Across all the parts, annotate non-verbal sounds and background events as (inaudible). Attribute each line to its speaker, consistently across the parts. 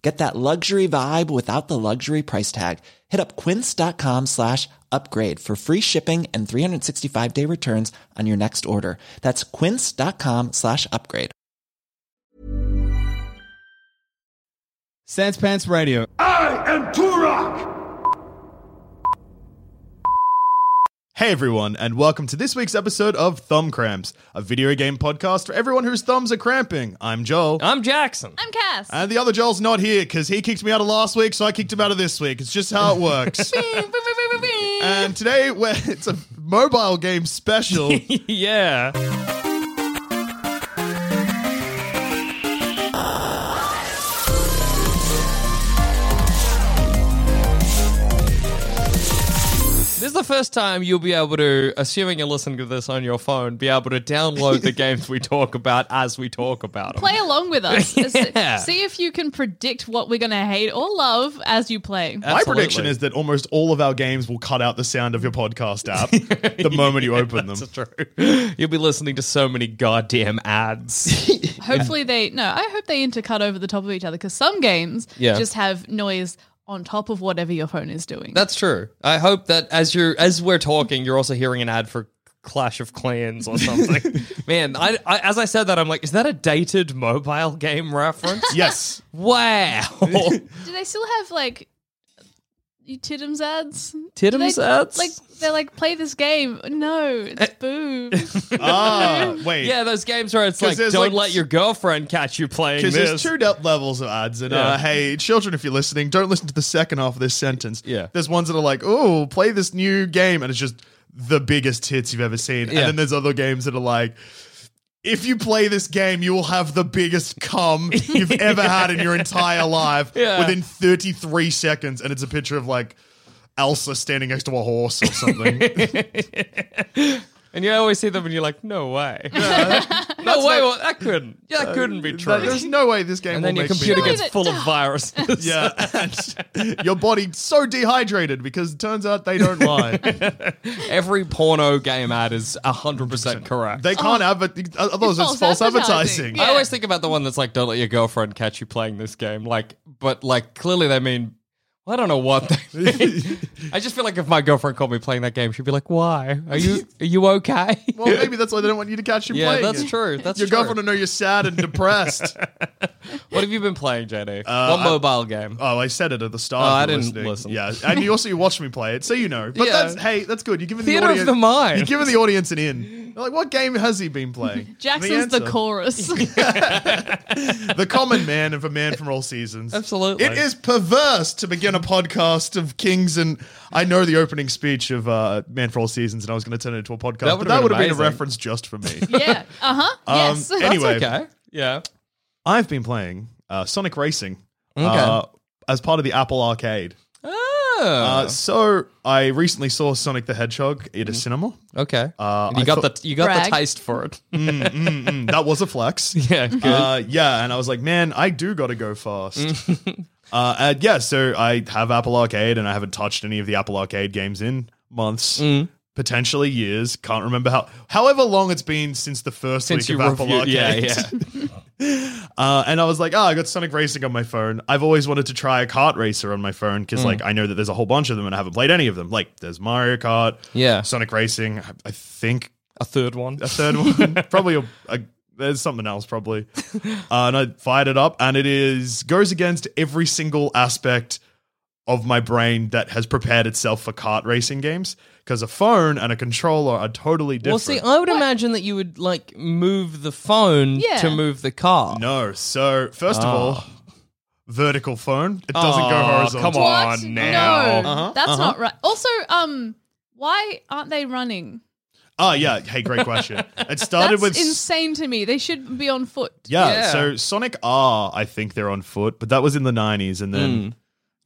Speaker 1: Get that luxury vibe without the luxury price tag. Hit up quince.com slash upgrade for free shipping and 365 day returns on your next order. That's quince.com slash upgrade.
Speaker 2: Sans Pants Radio.
Speaker 3: I am Turok!
Speaker 2: Hey everyone, and welcome to this week's episode of Thumb Cramps, a video game podcast for everyone whose thumbs are cramping. I'm Joel.
Speaker 4: I'm Jackson.
Speaker 5: I'm Cass.
Speaker 2: and the other Joel's not here because he kicked me out of last week, so I kicked him out of this week. It's just how
Speaker 5: (laughs)
Speaker 2: it works. and today, we're, it's a mobile game special.
Speaker 4: (laughs) yeah. This is the first time you'll be able to, assuming you're listening to this on your phone, be able to download the games we talk about as we talk about them.
Speaker 5: (laughs) Play along with us.
Speaker 4: Yeah.
Speaker 5: See if you can predict what we're going to hate or love as you play.
Speaker 2: My
Speaker 4: Absolutely.
Speaker 2: prediction is that almost all of our games will cut out the sound of your podcast
Speaker 4: (laughs)
Speaker 2: app the moment you open them.
Speaker 4: That's true. You'll be listening to so many goddamn ads.
Speaker 5: Hopefully they no. I hope they intercut over the top of each other because some games
Speaker 4: Yeah.
Speaker 5: just have noise on top of whatever your phone is doing.
Speaker 4: That's true. I hope that as you are as we're talking, you're also hearing an ad for Clash of Clans or
Speaker 2: (laughs)
Speaker 4: something. Man, I, I as I said that, I'm like, is that a dated mobile game reference?
Speaker 2: (laughs) Yes.
Speaker 4: (laughs) wow.
Speaker 5: Do they still have like you Tiddums ads? Do
Speaker 4: Tiddums
Speaker 5: they-
Speaker 4: ads?
Speaker 5: Like they're like play this game. No, it's boobs.
Speaker 2: Ah, wait.
Speaker 4: yeah, those games where it's
Speaker 2: 'Cause
Speaker 4: like,
Speaker 2: there's
Speaker 4: don't
Speaker 2: like-
Speaker 4: let your girlfriend catch you playing
Speaker 2: Because
Speaker 4: this.
Speaker 2: there's two depth levels of ads, and uh,
Speaker 4: Yeah.
Speaker 2: hey, children, if you're listening, don't listen to the second half of this sentence.
Speaker 4: Yeah.
Speaker 2: there's ones that are like, "Oh, play this new game," and it's just the biggest hits you've ever seen. And
Speaker 4: Yeah.
Speaker 2: then there's other games that are like, "If you play this game, you will have the biggest cum
Speaker 4: (laughs)
Speaker 2: you've ever had in your entire life
Speaker 4: Yeah.
Speaker 2: within 33 seconds," and it's a picture of like Elsa standing next to a horse
Speaker 4: (laughs)
Speaker 2: or something.
Speaker 4: and you always see them and you're like, no
Speaker 2: (laughs)
Speaker 4: way. (laughs) no way. well, that couldn't. Yeah, that couldn't be true.
Speaker 2: Uh, There's no way this game.
Speaker 4: and
Speaker 2: will
Speaker 4: then your
Speaker 2: make me
Speaker 4: computer
Speaker 2: laugh.
Speaker 4: gets
Speaker 5: that-
Speaker 4: full of
Speaker 2: (laughs)
Speaker 4: viruses.
Speaker 2: Yeah,
Speaker 4: (laughs)
Speaker 2: (laughs) and your body so dehydrated because it turns out they don't lie.
Speaker 4: (laughs) Every porno game ad is 100% correct.
Speaker 2: They can't advertise. Otherwise, it's
Speaker 5: Oh. It's
Speaker 2: false
Speaker 5: false
Speaker 2: advertising.
Speaker 5: advertising.
Speaker 4: I
Speaker 5: Yeah.
Speaker 4: always think about the one that's like, don't let your girlfriend catch you playing this game. Like, but like, clearly they mean, well, I don't know what.
Speaker 2: (laughs)
Speaker 4: They mean. I just feel like if my girlfriend called me playing that game, she'd be like, why? Are
Speaker 2: (laughs)
Speaker 4: you are you okay?
Speaker 2: Well, maybe that's why they don't want you to catch
Speaker 4: (laughs)
Speaker 2: him
Speaker 4: yeah,
Speaker 2: playing.
Speaker 4: that's
Speaker 2: it.
Speaker 4: true. That's
Speaker 2: Your
Speaker 4: true.
Speaker 2: girlfriend will know you're
Speaker 4: (laughs)
Speaker 2: sad and depressed.
Speaker 4: What have you been playing, JD? what mobile game?
Speaker 2: Uh, oh, I said it at the start.
Speaker 4: Oh, I
Speaker 2: if you're
Speaker 4: didn't
Speaker 2: listening.
Speaker 4: listen.
Speaker 2: Yeah, and you also you watched me play it, so you know. But
Speaker 4: Yeah.
Speaker 2: that's hey, that's good. You're giving
Speaker 4: Theater
Speaker 2: the
Speaker 4: of
Speaker 2: audience
Speaker 4: the mind.
Speaker 2: You're giving the audience an in. They're like, what game has he been playing?
Speaker 5: (laughs) Jackson's the
Speaker 2: answer.
Speaker 5: chorus. (laughs)
Speaker 2: the common man of a man from all seasons.
Speaker 4: Absolutely.
Speaker 2: It is perverse to begin a podcast of kings and I know the opening speech of uh, Man for All Seasons and I was going to turn it into a podcast,
Speaker 4: That
Speaker 2: but
Speaker 4: would've
Speaker 2: that
Speaker 4: been
Speaker 2: would have been a
Speaker 4: amazing.
Speaker 2: reference just
Speaker 5: (laughs)
Speaker 2: for me.
Speaker 5: yeah. Uh huh. yes. (laughs)
Speaker 2: Um, anyway,
Speaker 4: Okay. Yeah.
Speaker 2: I've been playing uh, Sonic Racing uh, as part of the Apple Arcade.
Speaker 4: Oh.
Speaker 2: Uh, so I recently saw Sonic the Hedgehog at a cinema.
Speaker 4: okay.
Speaker 2: uh,
Speaker 4: you
Speaker 2: I
Speaker 4: got
Speaker 2: thought-
Speaker 4: the you got
Speaker 5: Brag.
Speaker 4: the taste for it. (laughs)
Speaker 2: Mm, mm, mm. (laughs) that was a flex.
Speaker 4: yeah. Good.
Speaker 2: Uh, yeah, and I was like, man, I do got to go fast.
Speaker 4: Mm.
Speaker 2: (laughs) uh, and yeah, so I have Apple Arcade, and I haven't touched any of the Apple Arcade games in months,
Speaker 4: Mm.
Speaker 2: potentially years. Can't remember how, however long it's been since the first
Speaker 4: Since
Speaker 2: week
Speaker 4: you
Speaker 2: of Apple
Speaker 4: reviewed,
Speaker 2: Arcade.
Speaker 4: yeah, yeah.
Speaker 2: (laughs) Uh, and I was like, oh, I got Sonic Racing on my phone. I've always wanted to try a kart racer on my phone
Speaker 4: Mm.
Speaker 2: because, like, I know that there's a whole bunch of them, and I haven't played any of them. Like, there's Mario Kart,
Speaker 4: Yeah.
Speaker 2: Sonic Racing. I, I think
Speaker 4: A third one.
Speaker 2: a third
Speaker 4: (laughs)
Speaker 2: one, probably a, a there's something else probably. Uh, and I fired it up, and it is goes against every single aspect of my brain that has prepared itself for kart racing games. Because a phone and a controller are totally different.
Speaker 4: Well, see, I would imagine that you would like move the phone
Speaker 5: Yeah.
Speaker 4: to move the car.
Speaker 2: no. So first of all, vertical phone. It doesn't
Speaker 4: Oh,
Speaker 2: go
Speaker 4: Ah. come
Speaker 2: horizontal.
Speaker 4: on.
Speaker 5: What?
Speaker 2: now.
Speaker 5: No,
Speaker 4: Uh-huh.
Speaker 5: that's not right. Also, um, why aren't they running?
Speaker 2: Oh yeah. Hey, great question. It started
Speaker 5: That's
Speaker 2: with s-
Speaker 5: insane to me. They should be on foot.
Speaker 2: Yeah,
Speaker 4: Yeah.
Speaker 2: So Sonic R, I think they're on foot, but that was in the nineties, and
Speaker 4: Hmm.
Speaker 2: then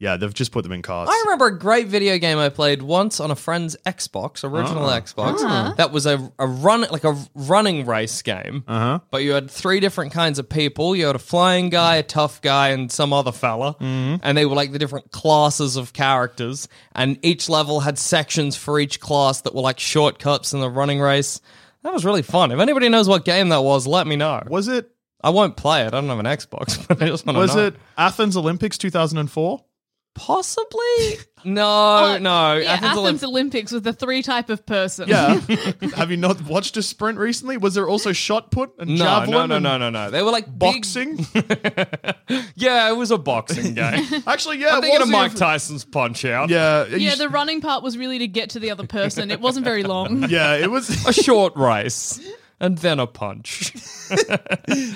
Speaker 2: yeah, they've just put them in cars.
Speaker 4: I remember a great video game I played once on a friend's Xbox, original
Speaker 2: Ah.
Speaker 4: Xbox. That was a, a run like a running race game. Uh-huh. But you had three different kinds of people. You had a flying guy, a tough guy, and some other fella.
Speaker 2: Mm-hmm.
Speaker 4: And they were like the different classes of characters. And each level had sections for each class that were like shortcuts in the running race. That was really fun. If anybody knows what game that was, let me know.
Speaker 2: was it
Speaker 4: I won't play it. I don't have an Xbox, (laughs) but I just want to
Speaker 2: was
Speaker 4: know.
Speaker 2: it Athens Olympics two thousand and four? (laughs)
Speaker 4: possibly? No,
Speaker 5: Uh,
Speaker 4: Oh, no.
Speaker 5: yeah, Athens,
Speaker 4: Olymp-
Speaker 5: Olympics with the three type of person.
Speaker 2: Yeah. (laughs) Have you not watched a sprint recently? Was there also shot put and
Speaker 4: No,
Speaker 2: javelin?
Speaker 4: no, no,
Speaker 2: and
Speaker 4: no, no, no. They were like big-
Speaker 2: Boxing.
Speaker 4: yeah, it was a
Speaker 2: (laughs)
Speaker 4: boxing game.
Speaker 2: Actually,
Speaker 4: (laughs)
Speaker 2: yeah.
Speaker 4: I'm
Speaker 2: it
Speaker 4: thinking
Speaker 2: was
Speaker 4: of Mike
Speaker 2: even-
Speaker 4: Tyson's punch out.
Speaker 2: Yeah.
Speaker 5: (laughs)
Speaker 2: you
Speaker 5: Yeah,
Speaker 2: sh-
Speaker 5: the running part was really to get to the other person. It wasn't very long.
Speaker 2: (laughs) yeah. It was.
Speaker 4: (laughs) A (laughs) short race and then a
Speaker 2: (laughs)
Speaker 4: punch. no, I
Speaker 2: Are
Speaker 4: don't
Speaker 2: you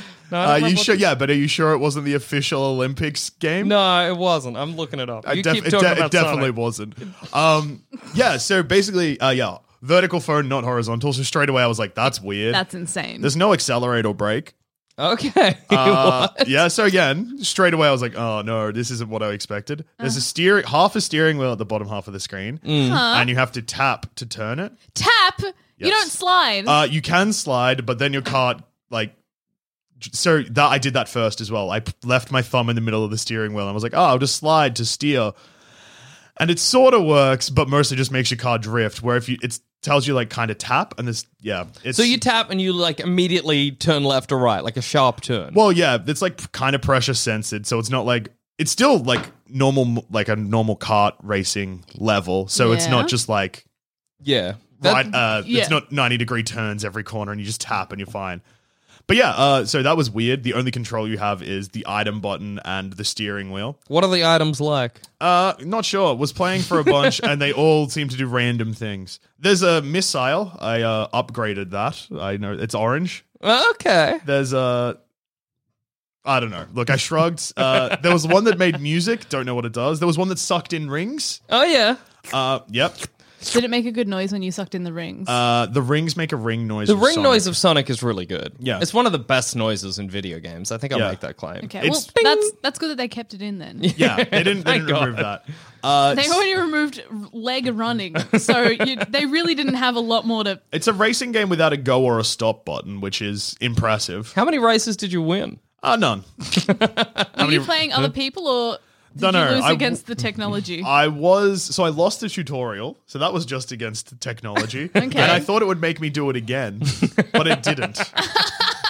Speaker 4: remember
Speaker 2: sure?
Speaker 4: what-
Speaker 2: Yeah, but are you sure it wasn't the official Olympics game?
Speaker 4: No, it wasn't. I'm looking it up.
Speaker 2: I
Speaker 4: You
Speaker 2: def-
Speaker 4: keep
Speaker 2: it,
Speaker 4: talking
Speaker 2: de-
Speaker 4: about
Speaker 2: it definitely
Speaker 4: Sonic.
Speaker 2: wasn't. Um, yeah, so basically, uh, yeah, vertical phone, not horizontal. So straight away, I was like, that's weird.
Speaker 5: That's insane.
Speaker 2: There's no accelerate or brake.
Speaker 4: Okay. (laughs)
Speaker 2: Uh,
Speaker 4: what?
Speaker 2: yeah, so again, straight away, I was like, oh no, this isn't what I expected.
Speaker 4: Uh-huh.
Speaker 2: There's a steering, half a steering wheel at the bottom half of the screen,
Speaker 4: Mm.
Speaker 2: and you have to tap to turn it.
Speaker 5: Tap. You
Speaker 2: Yes.
Speaker 5: don't slide.
Speaker 2: Uh, you can slide, but then your cart like. j- So that I did that first as well. I p- left my thumb in the middle of the steering wheel. And I was like, "Oh, I'll just slide to steer," and it sort of works, but mostly just makes your car drift. Where if you, it tells you like kind of tap, and this, yeah, it's
Speaker 4: So you tap and you like immediately turn left or right, like a sharp turn.
Speaker 2: well, yeah, it's like kind of pressure sensitive, so it's not like it's still like normal, m- like a normal kart racing level. So it's
Speaker 5: Yeah.
Speaker 2: not just like
Speaker 4: Yeah. That-
Speaker 2: right uh
Speaker 5: yeah.
Speaker 2: it's not 90 degree turns every corner and you just tap and you're fine but yeah uh so that was weird the only control you have is the item button and the steering wheel
Speaker 4: What are the items like?
Speaker 2: uh not sure was playing for a bunch and they all seem to do random things there's a missile i uh upgraded that i know it's orange
Speaker 4: Uh, Okay.
Speaker 2: there's a I don't know. Look,
Speaker 4: (laughs)
Speaker 2: I shrugged. Uh, there was one that made music. Don't know what it does. There was one that sucked in rings.
Speaker 4: Oh, yeah.
Speaker 2: Uh, yep.
Speaker 5: Did it make a good noise when you sucked in the rings?
Speaker 2: Uh, the rings make a ring noise.
Speaker 4: The
Speaker 2: with
Speaker 4: ring
Speaker 2: Sonic.
Speaker 4: noise of Sonic is really good.
Speaker 2: Yeah.
Speaker 4: It's one of the best noises in video games. I think I'll
Speaker 2: Yeah.
Speaker 4: make that claim.
Speaker 5: okay. Well,
Speaker 2: it's-
Speaker 5: that's that's good that they kept it in then.
Speaker 2: (laughs) Yeah, they
Speaker 4: (laughs)
Speaker 2: didn't, they
Speaker 4: Thank
Speaker 2: didn't remove
Speaker 4: God.
Speaker 2: that. Uh,
Speaker 5: They already removed leg running, so you, they really didn't have a lot more to.
Speaker 2: it's a racing game without a go or a stop button, which is impressive.
Speaker 4: How many races did you
Speaker 2: (laughs)
Speaker 4: win?
Speaker 2: Uh, none.
Speaker 4: (laughs)
Speaker 5: Were you playing other people or did
Speaker 2: No,
Speaker 5: you
Speaker 2: no,
Speaker 5: lose
Speaker 2: I-
Speaker 5: against the
Speaker 2: (laughs)
Speaker 5: technology?
Speaker 2: I was so I lost the tutorial, so that was just against the technology,
Speaker 5: (laughs)
Speaker 2: and I thought it would make me do it again, but
Speaker 5: (laughs)
Speaker 2: it didn't.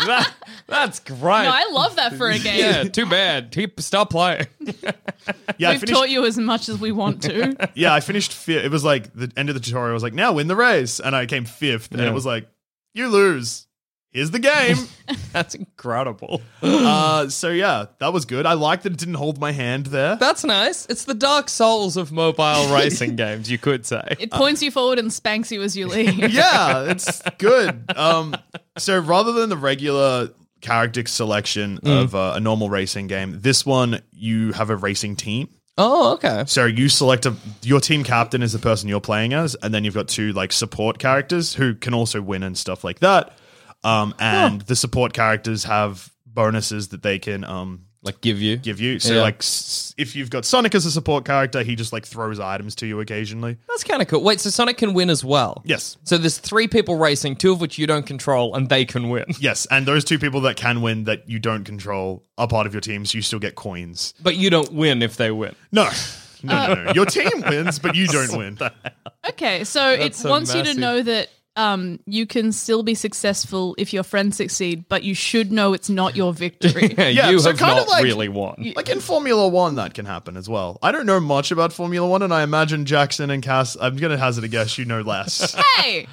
Speaker 4: That- that's great.
Speaker 5: no, I love that
Speaker 2: (laughs)
Speaker 5: for a game.
Speaker 4: yeah, too bad. Keep- Stop playing.
Speaker 2: Yeah, I
Speaker 5: We've
Speaker 2: finished.
Speaker 5: taught you as much as we want to.
Speaker 2: (laughs) yeah, I finished fifth. It was like the end of the tutorial was like now win the race, and I came fifth, and
Speaker 4: Yeah.
Speaker 2: it was like you lose. Here's the game.
Speaker 4: That's incredible.
Speaker 2: uh, (laughs) so yeah, that was good. I liked that it didn't hold my hand there.
Speaker 4: That's nice. It's the Dark Souls of mobile racing games, you could say.
Speaker 5: It points you forward and spanks you as you leave.
Speaker 2: (laughs) (laughs) yeah, it's good. Um, so rather than the regular character selection of uh, a normal racing game, this one you have a racing team.
Speaker 4: Oh, okay.
Speaker 2: So you select a your team captain is the person you're playing as, and then you've got two like support characters who can also win and stuff like that. Um, and the support characters have bonuses that they can um
Speaker 4: Like, give you.
Speaker 2: give you. So
Speaker 4: Yeah.
Speaker 2: like s- if you've got Sonic as a support character, he just like throws items to you occasionally.
Speaker 4: That's kind of cool. Wait, so Sonic can win as well?
Speaker 2: Yes.
Speaker 4: So there's three people racing, two of which you don't control, and they can
Speaker 2: (laughs)
Speaker 4: win.
Speaker 2: Yes, and those two people that can win that you don't control are part of your team, so you still get coins.
Speaker 4: But you don't win if they win.
Speaker 2: No, no, no, no. Your team wins, but you don't win.
Speaker 5: Okay, so it
Speaker 4: That's so
Speaker 5: wants you
Speaker 4: massive.
Speaker 5: to know that um, you can still be successful if your friends succeed, but you should know it's not your victory.
Speaker 4: Yeah,
Speaker 2: (laughs) Yeah,
Speaker 4: you
Speaker 2: so
Speaker 4: have
Speaker 2: kinda
Speaker 4: not
Speaker 2: like-
Speaker 4: really won.
Speaker 2: Like in Formula One, that can happen as well. I don't know much about Formula One, and I imagine Jackson and Cass. I'm gonna hazard a guess. You know
Speaker 4: (laughs)
Speaker 2: less. (laughs)
Speaker 5: hey!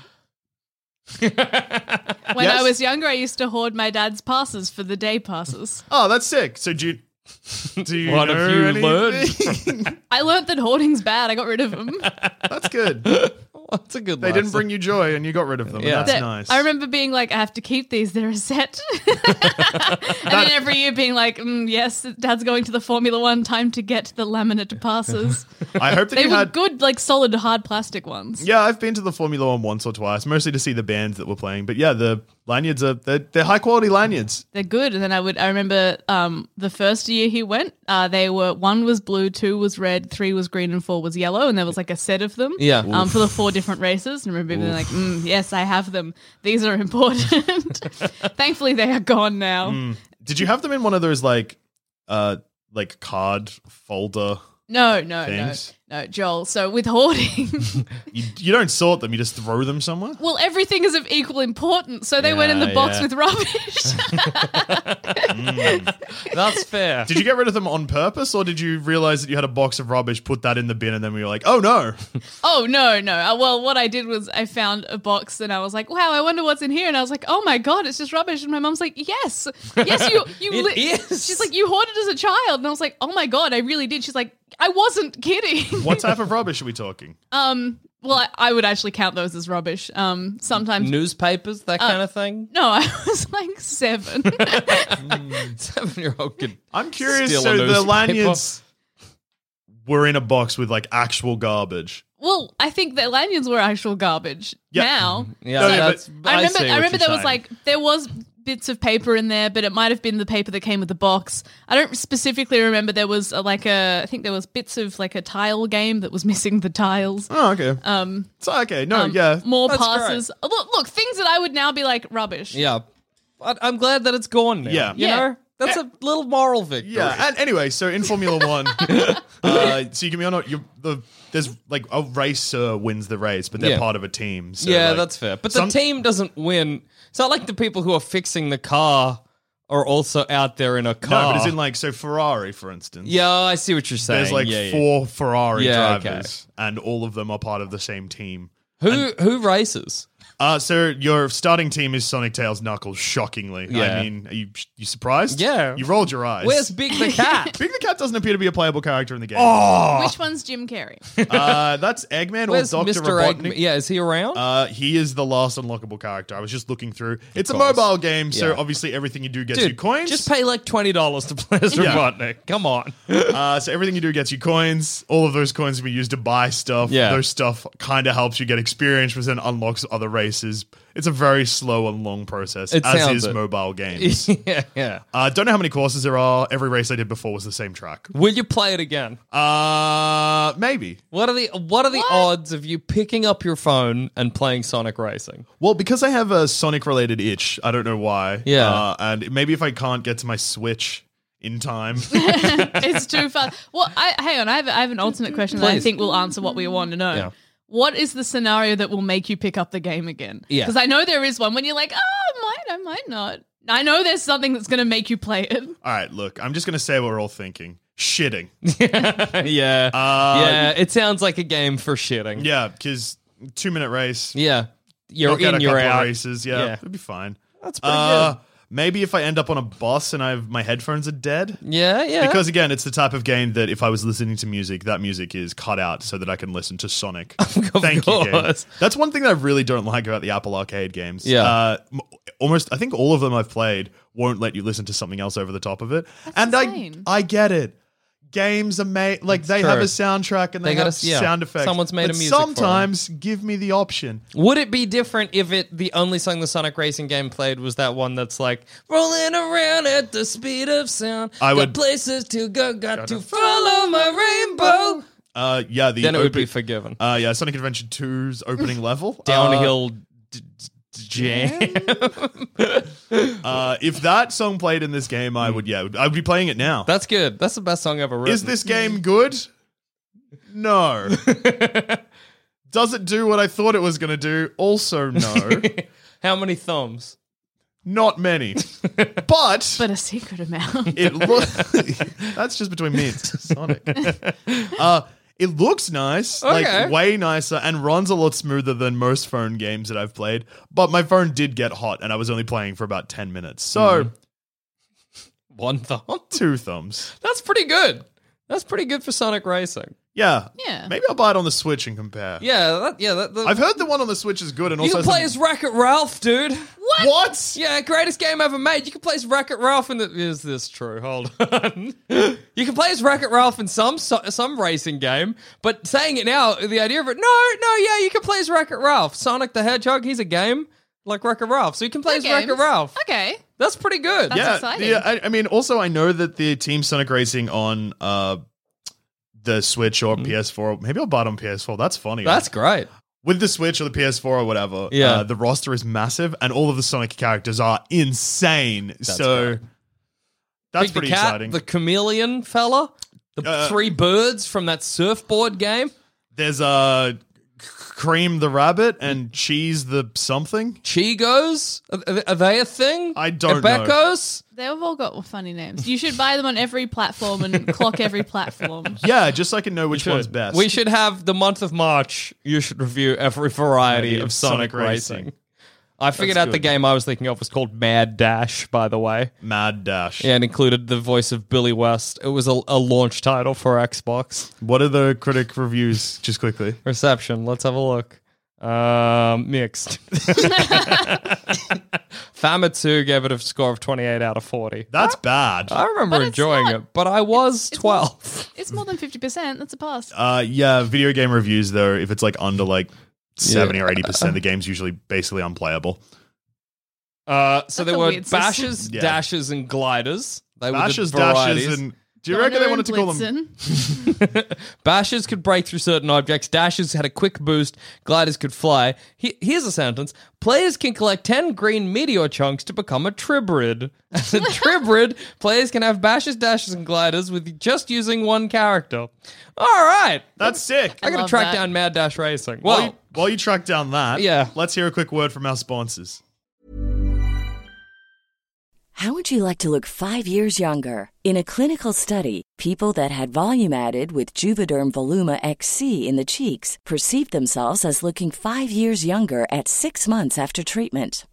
Speaker 5: when
Speaker 2: Yes?
Speaker 5: I was younger, I used to hoard my dad's passes for the day passes.
Speaker 2: oh, that's sick. So
Speaker 4: (laughs)
Speaker 2: do you, do you
Speaker 4: What
Speaker 2: know
Speaker 4: have you
Speaker 2: anything?
Speaker 4: learned?
Speaker 5: I learnt that hoarding's bad. I got rid of them.
Speaker 4: (laughs)
Speaker 2: (laughs) that's good.
Speaker 4: (laughs) That's a good
Speaker 2: They
Speaker 4: (laughs)
Speaker 2: didn't bring you joy and you got rid of them. and
Speaker 4: Yeah.
Speaker 2: that's
Speaker 5: That-
Speaker 2: nice.
Speaker 5: I remember being like, I have to keep these. They're a set. (laughs) and then every year being like, mm, yes, dad's going to the Formula One. Time to get the laminate
Speaker 2: (laughs)
Speaker 5: passes.
Speaker 2: I hope that
Speaker 5: they
Speaker 2: you
Speaker 5: were
Speaker 2: had.
Speaker 5: good, like solid hard plastic ones.
Speaker 2: Yeah, I've been to the Formula One once or twice, mostly to see the bands that were playing. But yeah, the lanyards are they're, they're high quality lanyards.
Speaker 5: They're good. And then I would, I remember um, the first year he went, uh, they were one was blue, two was red, three was green, and four was yellow. And there was like a set of them.
Speaker 4: Yeah.
Speaker 5: Um, for the four different races. And I remember being like, mm, yes, I have them. These are important. (laughs) Thankfully, they are gone now.
Speaker 2: Did you have them in one of those like, uh, like card folder?
Speaker 5: No, no,
Speaker 2: Things?
Speaker 5: no, no, Joel. So with
Speaker 2: (laughs)
Speaker 5: hoarding,
Speaker 2: You, you don't sort them; you just throw them somewhere.
Speaker 5: well, everything is of equal importance. So they went in
Speaker 2: Yeah,
Speaker 5: the box
Speaker 2: yeah.
Speaker 5: with
Speaker 2: (laughs)
Speaker 5: rubbish.
Speaker 4: That's fair.
Speaker 2: Did you get rid of them on purpose, or did you realize that you had a box of rubbish, put that in the bin, and then we were like,
Speaker 4: (laughs)
Speaker 2: "Oh no!"
Speaker 5: oh no, no. Uh, well, what I did was I found a box and I was like, wow, I wonder what's in here. And I was like, oh my god, it's just rubbish. And my mom's like, yes, yes,
Speaker 2: (laughs)
Speaker 5: you, you.
Speaker 4: It
Speaker 5: li-.
Speaker 4: is.
Speaker 5: She's like, you hoarded as a child. And I was like, oh my god, I really did. She's like, I wasn't kidding.
Speaker 2: What type of rubbish are we talking?
Speaker 5: um, (laughs) well, I, I would actually count those as rubbish. Um, sometimes.
Speaker 4: Newspapers, that
Speaker 2: Uh,
Speaker 4: kind of thing. (laughs)
Speaker 5: no, (laughs) I was like
Speaker 2: (laughs)
Speaker 5: seven.
Speaker 4: Seven year old could.
Speaker 2: I'm curious.
Speaker 4: Steal a
Speaker 2: so the
Speaker 4: newspaper.
Speaker 2: lanyards were in a box with like actual garbage.
Speaker 5: Well, I think the lanyards were actual garbage.
Speaker 2: Yeah.
Speaker 5: Now,
Speaker 4: Mm-hmm. Yeah,
Speaker 2: No, yeah,
Speaker 4: that's.
Speaker 5: I remember.
Speaker 4: see
Speaker 5: I,
Speaker 4: what
Speaker 5: remember
Speaker 4: you're
Speaker 5: there was
Speaker 4: saying.
Speaker 5: like there was bits of paper in there, but it might have been the paper that came with the box. I don't specifically remember. There was a, like a I think there was bits of like a tile game that was (laughs) missing the tiles.
Speaker 2: Oh, okay. Um, it's okay. No, yeah.
Speaker 5: um,
Speaker 2: Uh,
Speaker 5: More
Speaker 4: That's great.
Speaker 5: passes. Oh, Look, look, things that I would now be like rubbish.
Speaker 4: Yeah. But I'm glad that it's gone now.
Speaker 2: Yeah.
Speaker 4: You
Speaker 5: Yeah.
Speaker 4: know? That's a little moral victory.
Speaker 2: Yeah, and anyway, so
Speaker 4: (laughs)
Speaker 2: in Formula One, uh, so you can be on a, you the there's like a racer wins the race, but they're
Speaker 4: Yeah.
Speaker 2: part of a team. So
Speaker 4: yeah,
Speaker 2: like,
Speaker 4: that's fair. But
Speaker 2: some-
Speaker 4: the team doesn't win. It's not like the people who are fixing the car are also out there in a
Speaker 2: No,
Speaker 4: car.
Speaker 2: but it's in like so Ferrari, for instance.
Speaker 4: Oh. yeah, I see what you're saying.
Speaker 2: there's like
Speaker 4: Yeah, yeah.
Speaker 2: four Ferrari
Speaker 4: Yeah, okay.
Speaker 2: drivers, and all of them are part of the same team.
Speaker 4: Who who races?
Speaker 2: Uh, so your starting team is Sonic Tails Knuckles. Shockingly,
Speaker 4: Yeah.
Speaker 2: I mean, are you you surprised?
Speaker 4: Yeah.
Speaker 2: you rolled your eyes.
Speaker 4: Where's Big the Cat?
Speaker 2: (laughs) Big the Cat doesn't appear to be a playable character in the game. Oh,
Speaker 5: Which one's Jim Carrey?
Speaker 4: (laughs)
Speaker 2: uh, that's Eggman
Speaker 4: Where's
Speaker 2: or Doctor
Speaker 4: Mr. Eggman?
Speaker 2: Robotnik.
Speaker 4: Yeah, is he around?
Speaker 2: Uh, he is the last unlockable character. I was just looking through. It's a
Speaker 4: course.
Speaker 2: mobile game, so
Speaker 4: Yeah.
Speaker 2: obviously everything you do gets you
Speaker 4: Dude,
Speaker 2: coins.
Speaker 4: just pay like twenty dollars to play as
Speaker 2: (laughs) Yeah.
Speaker 4: Robotnik. Come on. (laughs)
Speaker 2: uh, so everything you do gets you coins. All of those coins can be used to buy stuff.
Speaker 4: Yeah.
Speaker 2: Those stuff kind of helps you get experience, which then unlocks other races. It's a very slow and long process,
Speaker 4: It
Speaker 2: as
Speaker 4: sounds
Speaker 2: is
Speaker 4: it.
Speaker 2: mobile
Speaker 4: (laughs)
Speaker 2: games.
Speaker 4: yeah, yeah.
Speaker 2: I uh, don't know how many courses there are. Every race I did before was the same track.
Speaker 4: Will you play it again?
Speaker 2: Uh, maybe.
Speaker 4: What are the what are the
Speaker 5: What?
Speaker 4: odds of you picking up your phone and playing Sonic Racing?
Speaker 2: Well, because I have a Sonic related itch, I don't know why.
Speaker 4: Yeah.
Speaker 2: Uh, and maybe if I can't get to my Switch
Speaker 4: (laughs)
Speaker 2: in time.
Speaker 5: it's too fast. Well, I, hang on. I have, I have an alternate question that I
Speaker 4: Please.
Speaker 5: think will answer what we want to know.
Speaker 4: Yeah.
Speaker 5: What is the scenario that will make you pick up the game again?
Speaker 4: Yeah.
Speaker 5: Because I know there is one when you're like, oh, I might, I might not. I know there's something that's going to make you play it.
Speaker 2: All right, look, I'm just going to say what we're all thinking.
Speaker 4: (laughs)
Speaker 2: Shitting.
Speaker 4: yeah, yeah. It sounds like a game for shitting.
Speaker 2: Uh, Yeah, because two minute race.
Speaker 4: yeah. You're
Speaker 2: knock out
Speaker 4: in,
Speaker 2: a
Speaker 4: you're
Speaker 2: couple of
Speaker 4: out.
Speaker 2: races. Yeah,
Speaker 4: Yeah.
Speaker 2: it'd be fine.
Speaker 4: That's pretty
Speaker 2: Uh, maybe if I end up on a bus and I have, my headphones are dead.
Speaker 4: good. Yeah, yeah.
Speaker 2: Because again, it's the type of game that if I was listening to music, that music is cut out so that I can listen
Speaker 4: (laughs)
Speaker 2: to Sonic. Thank you. Game.
Speaker 4: course.
Speaker 2: That's one thing that I really don't like about the Apple Arcade games.
Speaker 4: Yeah.
Speaker 2: uh, m- almost. I think all of them I've played won't let you listen to something else over the top of it. and
Speaker 5: insane.
Speaker 2: I, I get it. Games are made like they have a
Speaker 4: true.
Speaker 2: soundtrack and they,
Speaker 4: They gotta-
Speaker 2: have
Speaker 4: yeah.
Speaker 2: sound effects.
Speaker 4: Someone's made
Speaker 2: but
Speaker 4: a music for 'em.
Speaker 2: Sometimes give me the option.
Speaker 4: Would it be different if it the only song the Sonic Racing game played was that one that's like rolling around at the speed of sound?
Speaker 2: I
Speaker 4: got
Speaker 2: would-
Speaker 4: places to go, got, to follow my rainbow.
Speaker 2: Uh, yeah, the
Speaker 4: Then it would
Speaker 2: open-
Speaker 4: be forgiven.
Speaker 2: Uh, yeah, Sonic Adventure 2's opening level. Uh,
Speaker 4: Downhill d- d- d- jam.
Speaker 2: (laughs) Uh, if that song played in this game, I would, yeah, I would be playing it now.
Speaker 4: That's good. That's the best song ever written.
Speaker 2: Is this game good? No. Does it do what I thought it was going to do? Also, no.
Speaker 4: How many thumbs?
Speaker 2: Not many.
Speaker 5: (laughs)
Speaker 2: But
Speaker 5: But a secret
Speaker 2: (laughs)
Speaker 4: (laughs)
Speaker 5: amount.
Speaker 2: it looks. (laughs) that's just between me and (laughs) Sonic. Uh, it looks nice,
Speaker 4: Okay.
Speaker 2: like way nicer, and runs a lot smoother than most phone games that I've played. But my phone did get hot, and I was only playing for about
Speaker 4: Mm-hmm.
Speaker 2: ten minutes, so
Speaker 4: One thumb? (laughs)
Speaker 2: two thumbs.
Speaker 4: That's pretty good. That's pretty good for Sonic Racing.
Speaker 2: Yeah.
Speaker 5: Yeah.
Speaker 2: Maybe I'll buy it on the Switch and compare.
Speaker 4: Yeah, that, yeah. That, that,
Speaker 2: I've heard the one on the Switch is good and
Speaker 4: you
Speaker 2: also
Speaker 4: can play
Speaker 2: has
Speaker 4: as Racket Ralph, dude.
Speaker 2: some- What?
Speaker 4: Yeah, greatest game ever made. You can play as Racket Ralph in the. Is this true? Hold on. (laughs) you can play as Racket Ralph in some so, some racing game, but saying it now, the idea of it. No, no, yeah, you can play as Racket Ralph. Sonic the Hedgehog, he's a game like Racket Ralph, so you can play as
Speaker 5: games.
Speaker 4: Racket Ralph.
Speaker 5: Okay.
Speaker 4: That's pretty good.
Speaker 5: That's
Speaker 2: yeah,
Speaker 5: exciting.
Speaker 2: yeah. I, I mean, also, I know that the Team Sonic Racing on uh, the Switch or PS4. Maybe I'll buy it on PS4. That's funny.
Speaker 4: Mm-hmm. That's great.
Speaker 2: with the Switch or the PS4 or whatever.
Speaker 4: Yeah.
Speaker 2: uh, the roster is massive, and all of the Sonic characters are insane. so
Speaker 4: right.
Speaker 2: that's
Speaker 4: Big
Speaker 2: pretty
Speaker 4: the cat,
Speaker 2: exciting.
Speaker 4: The chameleon fella, the
Speaker 2: Uh,
Speaker 4: three birds from that surfboard game.
Speaker 2: There's uh, C- Cream the rabbit and Cheese the something.
Speaker 4: Chigos, are, are they a thing?
Speaker 2: I don't know.
Speaker 4: Ebecos?
Speaker 5: They've all got funny names. You should buy them on every platform and clock every platform.
Speaker 2: (laughs) Yeah, just so I can know which one's
Speaker 4: Should.
Speaker 2: best.
Speaker 4: We should have the month of March. You should review every variety
Speaker 2: Variety
Speaker 4: of
Speaker 2: of
Speaker 4: Sonic,
Speaker 2: Sonic
Speaker 4: racing.
Speaker 2: racing.
Speaker 4: I figured
Speaker 2: That's
Speaker 4: out the
Speaker 2: good.
Speaker 4: game I was thinking of was called Mad Dash, by the way,
Speaker 2: Mad Dash.
Speaker 4: and included the voice of Billy West. It was a, a launch title for Xbox
Speaker 2: What are the critic reviews? Just quickly.
Speaker 4: reception. Let's have a look. Um,
Speaker 5: (laughs)
Speaker 4: mixed. Famitsu gave it a score of twenty-eight out of forty.
Speaker 2: That's bad.
Speaker 4: I remember
Speaker 5: it's
Speaker 4: enjoying
Speaker 5: not-
Speaker 4: it, but I was
Speaker 5: it's
Speaker 4: twelve.
Speaker 5: (laughs) It's more than 50%. That's a pass.
Speaker 2: Uh, yeah, video game reviews though, if it's like under like seventy or
Speaker 4: (laughs)
Speaker 2: eighty percent, the game's usually basically unplayable.
Speaker 4: Uh, so
Speaker 5: That's
Speaker 4: there
Speaker 5: a
Speaker 4: were
Speaker 5: weird system.
Speaker 4: bashes,
Speaker 2: Yeah.
Speaker 4: dashes, and gliders. They
Speaker 2: Bashes,
Speaker 4: were the varieties.
Speaker 2: dashes, and do you reckon they wanted to call them?
Speaker 4: (laughs) Bashes could break through certain objects. Dashes had a quick boost. Gliders could fly. He- here's a sentence: Players can collect ten green meteor chunks to become a tribrid. (laughs) As a tribrid, players can have bashes, dashes, and gliders with just using one character. All right,
Speaker 2: That's sick.
Speaker 4: I, gotta
Speaker 5: love
Speaker 4: track
Speaker 5: that.
Speaker 4: down Mad Dash Racing.
Speaker 2: While
Speaker 4: Well,
Speaker 2: you, while you track down that,
Speaker 4: Yeah.
Speaker 2: let's hear a quick word from our sponsors.
Speaker 6: How would you like to look five years younger? In a clinical study, people that had volume added with Juvederm Voluma XC in the cheeks perceived themselves as looking five years younger at six months after treatment.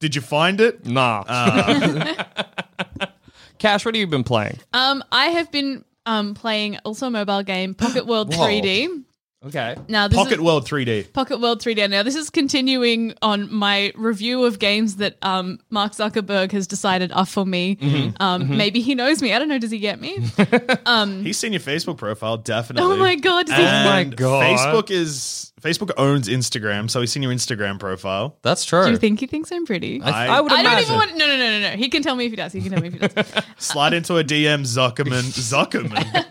Speaker 2: Did you find it?
Speaker 4: nah. Ah. (laughs) Cash, what have you been playing?
Speaker 5: Um, I have been um, playing also a mobile game, Pocket World
Speaker 4: Whoa.
Speaker 5: 3D.
Speaker 4: Okay.
Speaker 5: Now this
Speaker 2: Pocket
Speaker 5: is,
Speaker 2: World 3D.
Speaker 5: Pocket World 3D. Now this is continuing on my review of games that um, Mark Zuckerberg has decided are for me.
Speaker 4: Mm-hmm.
Speaker 5: Um, Maybe he knows me. I don't know. Does he
Speaker 4: (laughs)
Speaker 5: get me?
Speaker 2: He's seen your Facebook profile, definitely.
Speaker 5: Mm. oh my god! Does he
Speaker 2: And
Speaker 4: Oh my God.
Speaker 2: Facebook is Facebook owns Instagram, so he's seen your Instagram profile.
Speaker 4: That's true.
Speaker 5: Do you think he thinks I'm pretty? I,
Speaker 4: I, would
Speaker 5: don't
Speaker 4: imagine.
Speaker 5: even want. No, no, no, no, no. He can tell me if he does. He can tell me if he
Speaker 4: (laughs)
Speaker 5: does.
Speaker 4: Mm-hmm.
Speaker 2: Slide into a DM, Zuckerman.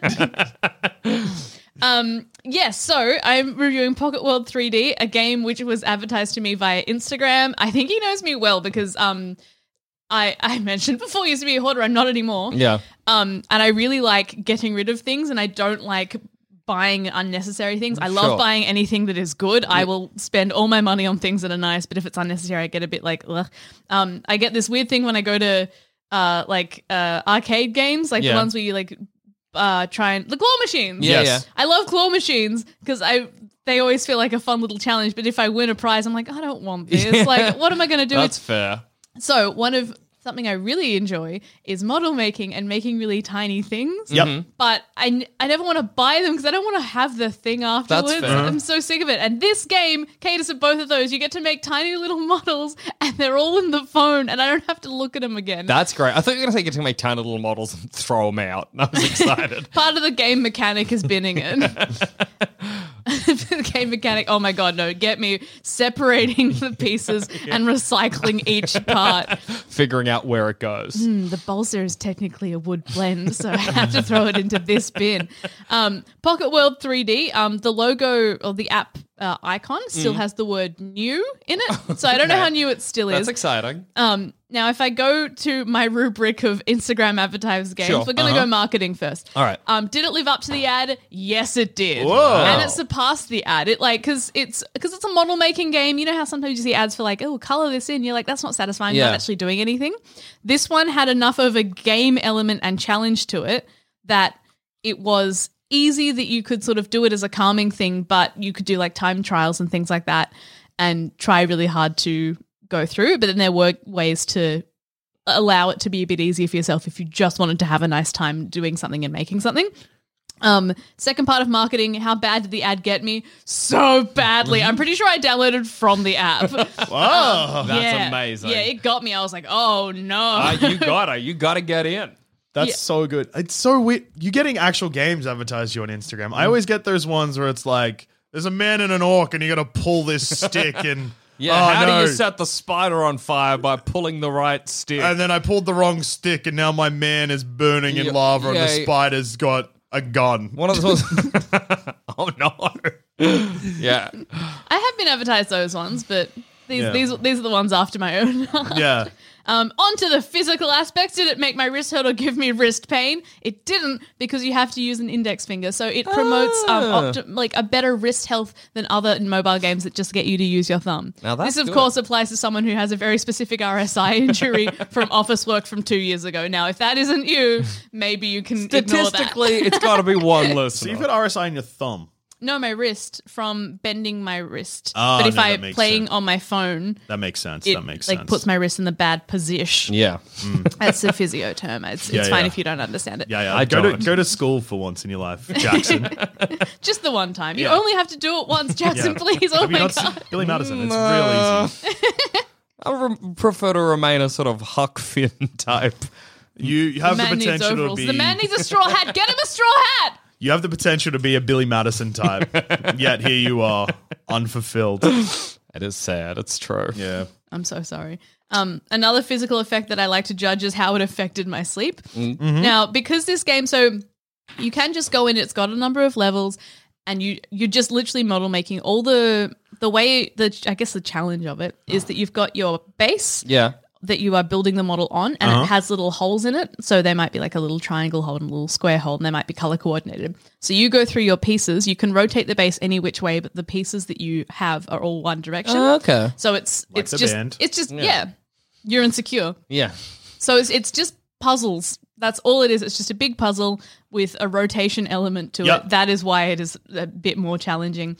Speaker 2: Zuckerman.
Speaker 5: Um, yes, so I'm reviewing Pocket World 3D, a game which was advertised to me via Instagram. I think he knows me well because um, I, I (laughs) mentioned before I used to be a hoarder. I'm not anymore.
Speaker 4: Yeah.
Speaker 5: Um, and I really like getting rid of things, and I don't like buying unnecessary things. I love
Speaker 4: Sure.
Speaker 5: buying anything that is good. I will spend all my money on things that are nice, but if it's unnecessary, I get a bit like, ugh. Um, I get this weird thing when I go to uh, like uh, arcade games, like
Speaker 4: Yeah.
Speaker 5: the ones where you like uh, try and the claw machines.
Speaker 4: Yeah,
Speaker 2: Yes.
Speaker 4: yeah.
Speaker 5: I love claw machines because I they always feel like a fun little challenge. But if I win a prize, I'm like, I don't
Speaker 4: (laughs)
Speaker 5: want this. Like, what am I going to do?
Speaker 4: That's
Speaker 5: It's-
Speaker 4: fair.
Speaker 5: so one of something I really enjoy is model making and making really tiny things.
Speaker 2: Yep.
Speaker 5: But I, n- I never want to buy them because I don't want to have the thing afterwards.
Speaker 4: fair.
Speaker 5: I'm so sick of it. And this game caters to both of those. You get to make tiny little (laughs) models and they're all in the phone and I don't have to look at them again.
Speaker 4: That's great. I thought you were going to say you can make tiny little models and throw them out. (laughs) I was excited.
Speaker 5: Part of the game mechanic is binning it. (laughs) the game mechanic, oh my god, no, get me separating the pieces and recycling each part.
Speaker 4: Figuring out where it goes.
Speaker 5: the balsa is technically a wood blend, so I have to throw it into this bin. Um, Pocket World 3D, um, the logo or the app uh, icon
Speaker 4: Mm.
Speaker 5: still has the word new in
Speaker 4: (laughs)
Speaker 5: it. So I don't know how new it still is.
Speaker 4: That's exciting.
Speaker 5: um, now, if I go to my rubric of Instagram advertised games,
Speaker 4: Sure, Uh-huh.
Speaker 5: we're going to go marketing first.
Speaker 4: All right.
Speaker 5: Um, did it live up to the ad? Yes, it did.
Speaker 4: Whoa.
Speaker 5: And it surpassed the ad. It like because it's because it's a model making game. You know how sometimes you see ads for like, oh, color this in. You're like, that's not satisfying. You're
Speaker 4: Yeah.
Speaker 5: not actually doing anything. This one had enough of a game element and challenge to it that it was easy that you could sort of do it as a calming thing, but you could do like time trials and things like that, and try really hard to go through. But then there were ways to allow it to be a bit easier for yourself if you just wanted to have a nice time doing something and making something. Um, second part of marketing, how bad did the ad get me? So badly. I'm pretty sure I downloaded from
Speaker 4: (laughs)
Speaker 5: the app. Um,
Speaker 2: Wow.
Speaker 4: That's
Speaker 5: yeah.
Speaker 4: amazing.
Speaker 5: Yeah, it got me. I was like, oh no.
Speaker 4: Uh, you gotta, you gotta get in.
Speaker 2: That's
Speaker 5: Yeah.
Speaker 2: so good. It's so weird. You're getting actual games advertised to you on Instagram.
Speaker 4: Mm.
Speaker 2: I always get those ones where it's like, there's a man and an orc, and you got to
Speaker 4: (laughs)
Speaker 2: pull this stick, and
Speaker 4: Yeah,
Speaker 2: oh,
Speaker 4: how
Speaker 2: no.
Speaker 4: do you set the spider on fire by pulling the right stick?
Speaker 2: And then I pulled the wrong stick, and now my man is burning in
Speaker 4: Yeah,
Speaker 2: lava, and the
Speaker 4: yeah.
Speaker 2: spider's got a gun.
Speaker 4: One of those. (laughs) oh no! yeah,
Speaker 5: I have been advertised those ones, but these
Speaker 2: Yeah.
Speaker 5: these these are the ones after my own. (laughs)
Speaker 2: Yeah.
Speaker 5: Um, onto the physical aspects. Did it make my wrist hurt or give me wrist pain? It didn't because you have to use an index finger. So it promotes
Speaker 4: Ah.
Speaker 5: um, opti- like a better wrist health than other mobile games that just get you to use your thumb.
Speaker 4: Now that's
Speaker 5: this, of
Speaker 4: good.
Speaker 5: course, applies to someone who has a very specific RSI
Speaker 4: (laughs)
Speaker 5: injury from office work from two years ago. Now, if that isn't you, maybe you can ignore that.
Speaker 4: statistically, (laughs) it's got to be (laughs) one
Speaker 2: So
Speaker 4: listener.
Speaker 2: you've got RSI in your thumb.
Speaker 5: No, my wrist from bending my wrist.
Speaker 2: Ah,
Speaker 5: but if
Speaker 2: no, that
Speaker 5: I'm
Speaker 2: makes
Speaker 5: playing
Speaker 2: sense.
Speaker 5: on my phone,
Speaker 2: That makes sense.
Speaker 5: it
Speaker 2: that makes
Speaker 5: like
Speaker 2: sense.
Speaker 5: puts my wrist in the bad position.
Speaker 4: yeah,
Speaker 5: That's the physio term. It's,
Speaker 2: Yeah,
Speaker 5: it's fine
Speaker 2: yeah.
Speaker 5: if you don't understand it.
Speaker 2: yeah, yeah.
Speaker 4: I
Speaker 2: go
Speaker 4: don't.
Speaker 2: to go to school for once in
Speaker 5: (laughs)
Speaker 2: your life, Jackson.
Speaker 5: Just the one time. You
Speaker 2: Yeah.
Speaker 5: only have to do it
Speaker 2: (laughs)
Speaker 5: once, Jackson,
Speaker 2: Yeah.
Speaker 5: please. Oh
Speaker 2: Have you
Speaker 5: my
Speaker 2: not
Speaker 5: god.
Speaker 2: seen Billy Madison? It's real
Speaker 4: No.
Speaker 2: easy.
Speaker 4: I re- prefer to remain a sort of Huck Finn (laughs) type.
Speaker 2: You you have
Speaker 5: the
Speaker 2: the
Speaker 5: man needs
Speaker 2: potential to
Speaker 5: overalls.
Speaker 2: be.
Speaker 5: The man needs a straw hat. Get him a straw hat.
Speaker 2: you have the potential to be a Billy Madison (laughs) type, yet here you are, (laughs) unfulfilled.
Speaker 4: It is sad. It's true.
Speaker 2: Yeah.
Speaker 5: I'm so sorry. Um, another physical effect that I like to judge is how it affected my sleep. Now, because this game, so you can just go in. It's got a number of levels, and you you're just literally model making all the the way the I guess the challenge of it is that you've got your base,
Speaker 4: Yeah.
Speaker 5: that you are building the model on and it has little holes in it. So they might be like a little triangle hole and a little square hole and they might be color coordinated. So you go through your pieces, you can rotate the base any which way, but the pieces that you have are all one direction.
Speaker 4: okay.
Speaker 5: So it's it's
Speaker 2: the
Speaker 5: just
Speaker 2: band.
Speaker 5: it's just yeah. You're insecure.
Speaker 4: Yeah.
Speaker 5: So it's it's just puzzles. That's all it is. It's just a big puzzle with a rotation element to
Speaker 2: Yep.
Speaker 5: it. That is why it is a bit more challenging.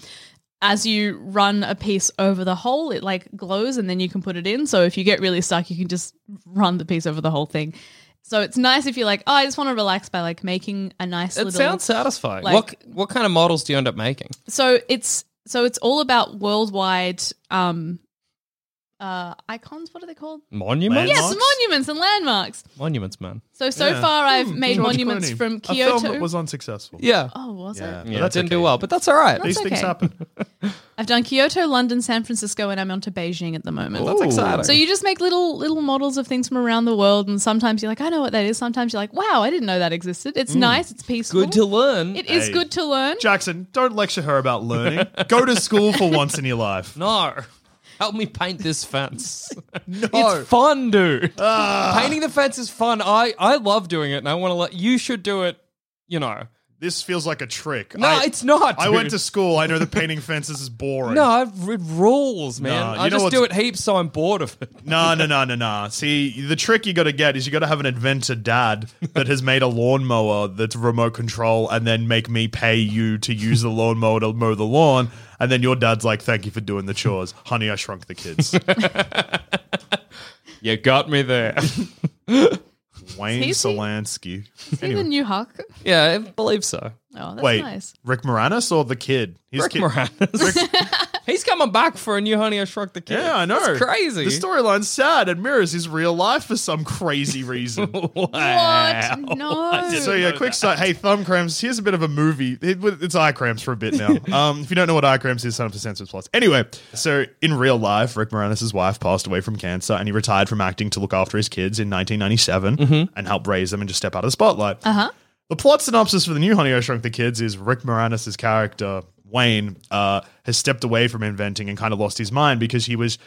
Speaker 5: As you run a piece over the hole, it like glows and then you can put it in. So if you get really stuck, you can just run the piece over the whole thing. So it's nice if you're like, oh, I just want to relax by like making a nice
Speaker 4: It
Speaker 5: little
Speaker 4: sounds satisfying.
Speaker 5: like-
Speaker 4: what what kind of models do you end up making?
Speaker 5: so it's so it's all about worldwide um uh icons, what are they called?
Speaker 4: Monuments.
Speaker 5: Yes,
Speaker 2: Landmarks?
Speaker 5: monuments and landmarks.
Speaker 4: Monuments, man.
Speaker 5: So so far I've made
Speaker 2: Hmm. George
Speaker 5: monuments
Speaker 2: Clooney.
Speaker 5: from
Speaker 2: A
Speaker 5: Kyoto.
Speaker 2: film that was unsuccessful.
Speaker 4: Yeah.
Speaker 5: Oh, was
Speaker 2: Yeah.
Speaker 5: it?
Speaker 2: But
Speaker 4: Yeah, that
Speaker 2: that's
Speaker 4: didn't do
Speaker 2: okay.
Speaker 4: well, but that's all right.
Speaker 2: These
Speaker 5: That's
Speaker 2: things
Speaker 5: okay.
Speaker 2: happen.
Speaker 5: I I've done Kyoto, London, San Francisco, and I'm on to Beijing at the moment.
Speaker 4: That's exciting.
Speaker 5: So you just make little little models of things from around the world, and sometimes you're like, I know what that is. Sometimes you're like, Wow, I didn't know that existed. It's nice. It's peaceful.
Speaker 4: Good to learn.
Speaker 5: It is
Speaker 2: Hmm. Hey.
Speaker 5: good to learn.
Speaker 2: Jackson, don't lecture her about learning. Go to school for once in your life.
Speaker 4: no. Help me paint (laughs) this fence. no. Ah. It's fun, dude. Painting the fence is fun. I, I love doing it, and I want to let you should do it, you know.
Speaker 2: This feels like a trick.
Speaker 4: No,
Speaker 2: I,
Speaker 4: it's not. (laughs)
Speaker 2: I went
Speaker 4: dude.
Speaker 2: to school. I know the painting fences is boring.
Speaker 4: No, I've read rules, man.
Speaker 2: you
Speaker 4: I
Speaker 2: know
Speaker 4: just
Speaker 2: what's-
Speaker 4: do it heaps, so I'm bored of it.
Speaker 2: No, no, no, no, no. See, the trick you got to get is you got to have an inventor dad that has made a lawnmower that's remote control and then make me pay you to use the lawnmower to mow the lawn. And then your dad's like, thank you for doing the chores. Honey, I shrunk the kids.
Speaker 4: You got me there.
Speaker 2: Wayne
Speaker 5: Is he-
Speaker 2: Solansky.
Speaker 5: Is he the new Huck?
Speaker 4: (laughs) yeah, I believe so.
Speaker 5: Oh, that's
Speaker 2: Wait,
Speaker 5: nice.
Speaker 2: Rick Moranis or the kid? His
Speaker 4: Rick
Speaker 2: kid-
Speaker 4: Moranis. (laughs) He's coming back for a new Honey I Shrunk the Kid.
Speaker 2: Yeah,
Speaker 4: (laughs)
Speaker 2: I know.
Speaker 4: It's crazy.
Speaker 2: The storyline's sad and mirrors his real life for some crazy reason.
Speaker 4: Wow.
Speaker 5: What?
Speaker 2: (laughs)
Speaker 5: No.
Speaker 2: So yeah, quick side. Hey, thumb cramps. Here's a bit of a movie. It- it's eye cramps for a bit now. um, if you don't know what eye cramps is, sign up for Senses Plus. Anyway, so in real life, Rick Moranis' wife passed away from cancer, and he retired from acting to look after his kids in 1997 and help raise them and just step out of the spotlight. Uh huh. The plot synopsis for the new Honey I Shrunk the Kids is Rick Moranis' character Wayne uh, has stepped away from inventing and kind of lost his mind because he was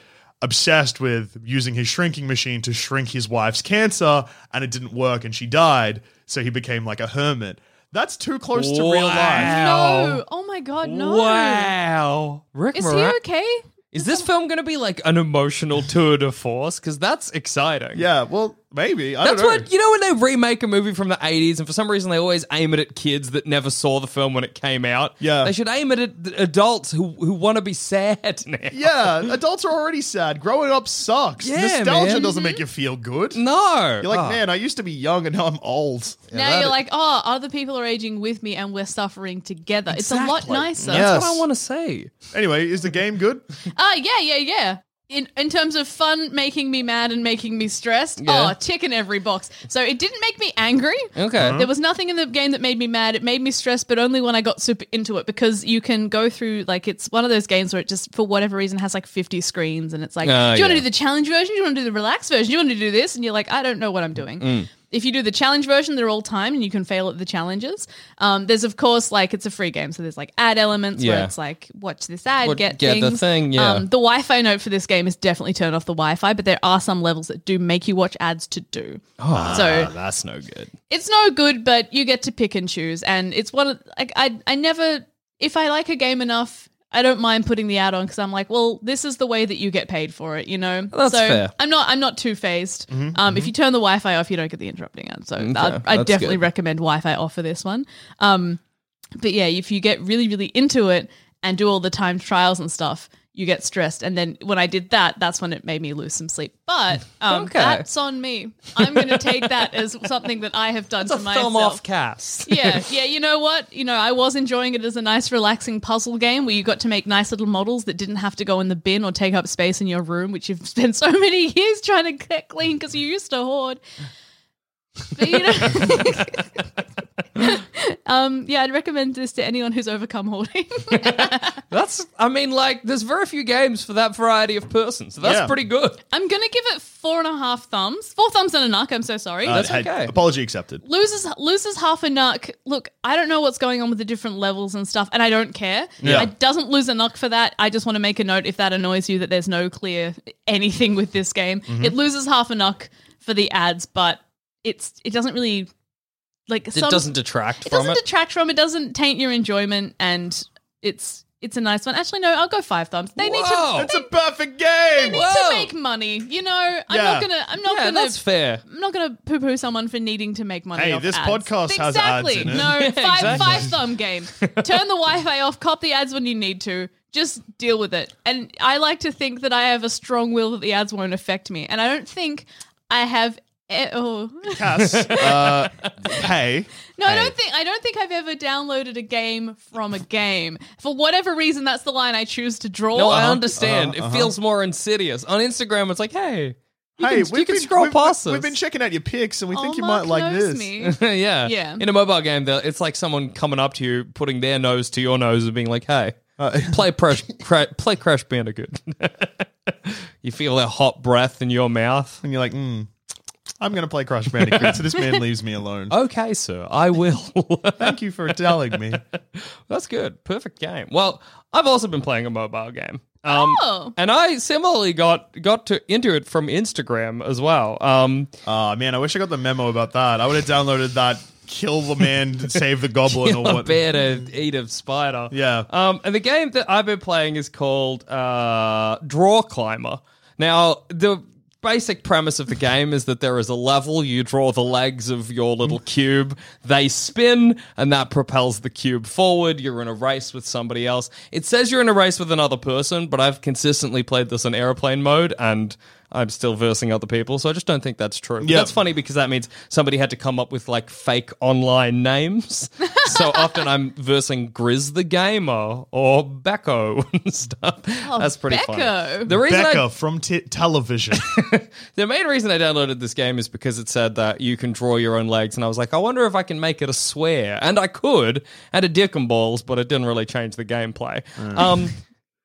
Speaker 2: obsessed with using his shrinking machine to shrink his wife's cancer and it didn't work and she died so he became like a hermit that's too close to real life
Speaker 5: No. Oh my God, no.
Speaker 4: Wow. Rick
Speaker 5: Is
Speaker 4: Moran-
Speaker 5: he okay?
Speaker 4: Is this film going to be like an emotional tour de force? Because that's exciting.
Speaker 2: yeah well maybe I
Speaker 4: That's
Speaker 2: don't know.
Speaker 4: what you know when they remake a movie from the eighties, and for some reason they always aim it at kids that never saw the film when it came out.
Speaker 2: Yeah.
Speaker 4: they should aim it at the adults who who want to be sad now.
Speaker 2: yeah adults are already sad growing up sucks
Speaker 4: Yeah,
Speaker 2: nostalgia
Speaker 4: man.
Speaker 2: doesn't make you feel good
Speaker 4: no,
Speaker 2: you're like
Speaker 4: Oh.
Speaker 2: man i used to be young and now i'm old
Speaker 5: now you're like, oh, other people are aging with me and we're suffering together. It's a lot
Speaker 4: Exactly.
Speaker 5: nicer.
Speaker 2: Yeah.
Speaker 4: That's what
Speaker 2: Yes.
Speaker 4: I want to see.
Speaker 2: anyway is the game good
Speaker 5: Ah, yeah, yeah, yeah. In, in terms of fun, making me mad and making me stressed,
Speaker 4: Yeah.
Speaker 5: oh, tick in every box. So it didn't make me angry.
Speaker 4: Okay,
Speaker 5: There was nothing in the game that made me mad. It made me stressed, but only when I got super into it because you can go through, like, it's one of those games where it just, for whatever reason, has like 50 screens and it's like,
Speaker 4: Ah,
Speaker 5: do you want
Speaker 4: yeah.
Speaker 5: to do the challenge version? Do you want to do the relaxed version? Do you want to do this? And you're like, I don't know what I'm doing.
Speaker 4: Mm.
Speaker 5: If you do the challenge version, they're all timed and you can fail at the challenges. Um, there's, of course, like, it's a free game. So there's like ad elements
Speaker 4: Yeah.
Speaker 5: where it's like, watch this ad,
Speaker 4: What-
Speaker 5: get,
Speaker 4: get the
Speaker 5: things.
Speaker 4: thing, yeah.
Speaker 5: Um, the Wi Fi note for this game is definitely turn off the Wi Fi, but there are some levels that do make you watch ads to do.
Speaker 4: Oh.
Speaker 5: so
Speaker 4: that's no good.
Speaker 5: it's no good, but you get to pick and choose, and it's one of like I I never if I like a game enough, I don't mind putting the ad on because I'm like, well, this is the way that you get paid for it, you know.
Speaker 4: That's
Speaker 5: so
Speaker 4: fair. Mm-hmm,
Speaker 5: I'm not I'm not too phased. um, If you turn the Wi-Fi off, you don't get the interrupting ad. So I, I
Speaker 4: Mm, that's
Speaker 5: definitely
Speaker 4: good.
Speaker 5: recommend Wi-Fi off for this one. Um, but yeah, if you get really really into it and do all the time trials and stuff. You get stressed, and then when I did that, that's when it made me lose some sleep. But um,
Speaker 4: Okay.
Speaker 5: that's on me. I'm going to take that as something that I have done
Speaker 4: It's a
Speaker 5: to myself.
Speaker 4: film off cast.
Speaker 5: yeah, yeah. You know what? You know, I was enjoying it as a nice, relaxing puzzle game where you got to make nice little models that didn't have to go in the bin or take up space in your room, which you've (laughs) spent so many years trying to get clean because you used to hoard. But, you know, (laughs) um, yeah, I'd recommend this to anyone who's overcome hoarding. (laughs)
Speaker 4: That's I mean, like, there's very few games for that variety of person, so that's
Speaker 2: Yeah.
Speaker 4: pretty good.
Speaker 5: I'm gonna give it four and a half thumbs, four thumbs and a knock. I'm so sorry.
Speaker 2: Uh, hey,
Speaker 4: okay.
Speaker 2: apology accepted
Speaker 5: loses loses half a knuck. Look, I don't know what's going on with the different levels and stuff, and I don't care.
Speaker 2: Yeah.
Speaker 5: It doesn't lose a knuck for that. I just want to make a note if that annoys you that there's no clear anything with this game.
Speaker 4: Mm-hmm.
Speaker 5: It loses half a knuck for the ads, but it's it doesn't really like
Speaker 4: It doesn't detract
Speaker 5: it
Speaker 4: from
Speaker 5: doesn't
Speaker 4: it.
Speaker 5: detract from it. Doesn't taint your enjoyment, and it's it's a nice one. Actually, no, I'll go five thumbs. They need to.
Speaker 4: Whoa.
Speaker 2: it's a perfect game
Speaker 5: They need to make money, you know. I'm
Speaker 2: Yeah.
Speaker 5: not gonna. I'm not
Speaker 4: yeah,
Speaker 5: gonna.
Speaker 4: that's fair.
Speaker 5: I'm not going to poo poo someone for needing to make money.
Speaker 2: Hey,
Speaker 5: off
Speaker 2: this
Speaker 5: ads.
Speaker 2: podcast has ads
Speaker 5: exactly.
Speaker 2: in it.
Speaker 5: No,
Speaker 4: (laughs) Yeah,
Speaker 5: five
Speaker 4: exactly.
Speaker 5: five thumb game. Turn the Wi-Fi off. Cop the ads when you need to. Just deal with it. And I like to think that I have a strong will that the ads won't affect me. And I don't think I have. e- oh. (laughs)
Speaker 2: Cass, uh, hey
Speaker 5: No, I don't think I don't think I've ever downloaded a game from a game. For whatever reason, that's the line I choose to draw.
Speaker 4: No, I understand.
Speaker 2: Uh-huh,
Speaker 4: It feels more insidious. On Instagram, it's like, hey, you
Speaker 2: hey
Speaker 4: can, you can scroll
Speaker 2: we've,
Speaker 4: past
Speaker 2: we've,
Speaker 4: us.
Speaker 2: we've
Speaker 4: (laughs)
Speaker 2: been checking out your pics and we
Speaker 5: Oh,
Speaker 2: think you
Speaker 5: Mark
Speaker 2: might like
Speaker 5: knows
Speaker 2: this (laughs)
Speaker 5: Me.
Speaker 4: yeah.
Speaker 5: Yeah.
Speaker 4: In a mobile game, though, it's like someone coming up to you, putting their nose to your nose and being like, hey,
Speaker 2: Uh, (laughs)
Speaker 4: play, Crash, Cra- play Crash Bandicoot. (laughs) you feel that hot breath in your mouth.
Speaker 2: and you're like, hmm, I'm going to play Crash Bandicoot, so
Speaker 4: (laughs)
Speaker 2: this man leaves me alone.
Speaker 4: Okay, sir, I will. (laughs)
Speaker 2: Thank you for telling me.
Speaker 4: That's good. Perfect game. Well, I've also been playing a mobile game. Um,
Speaker 5: Oh.
Speaker 4: And I similarly got got to into it from Instagram as well. Um,
Speaker 2: Ah, man, I wish I got the memo about that. I would have downloaded that kill
Speaker 4: (laughs)
Speaker 2: the man, save the goblin, or
Speaker 4: a
Speaker 2: what.
Speaker 4: bear to eat a spider.
Speaker 2: Yeah.
Speaker 4: Um, and the game that I've been playing is called uh, Draw Climber. Now, the basic premise of the game is that there is a level, you draw the legs of your little cube, they spin, and that propels the cube forward. You're in a race with somebody else. It says you're in a race with another person, but I've consistently played this in airplane mode and. I'm still versing other people, so I just don't think that's true. But
Speaker 2: Yeah.
Speaker 4: That's funny because that means somebody had to come up with like fake online names. so often I'm versing Grizz the Gamer or Becco (laughs) and stuff.
Speaker 5: Oh,
Speaker 4: that's pretty funny.
Speaker 5: Becco.
Speaker 4: The reason I-
Speaker 2: Becca from t- television.
Speaker 4: the main reason I downloaded this game is because it said that you can draw your own legs, and I was like, I wonder if I can make it a swear, and I could, and a dick and balls, but it didn't really change the gameplay. Um,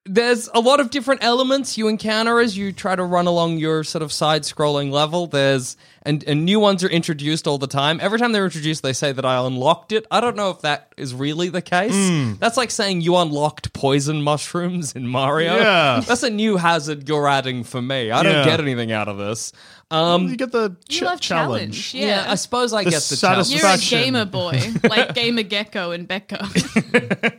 Speaker 4: there's a lot of different elements you encounter as you try to run along your sort of side-scrolling level. There's and, and new ones are introduced all the time. Every time they're introduced, they say that I unlocked it. I don't know if that is really the case. That's like saying you unlocked poison mushrooms in Mario. (laughs)
Speaker 2: Yeah.
Speaker 4: that's a new hazard you're adding for me. I don't
Speaker 2: Yeah.
Speaker 4: get anything out of this. (laughs) Um,
Speaker 2: you get the ch-
Speaker 5: You love
Speaker 2: challenge.
Speaker 5: challenge.
Speaker 4: yeah. I suppose I
Speaker 2: The
Speaker 4: get the
Speaker 2: satisfaction-
Speaker 4: challenge.
Speaker 5: You're a
Speaker 2: Fashion.
Speaker 5: gamer boy, like Gamer Gecko and Becco.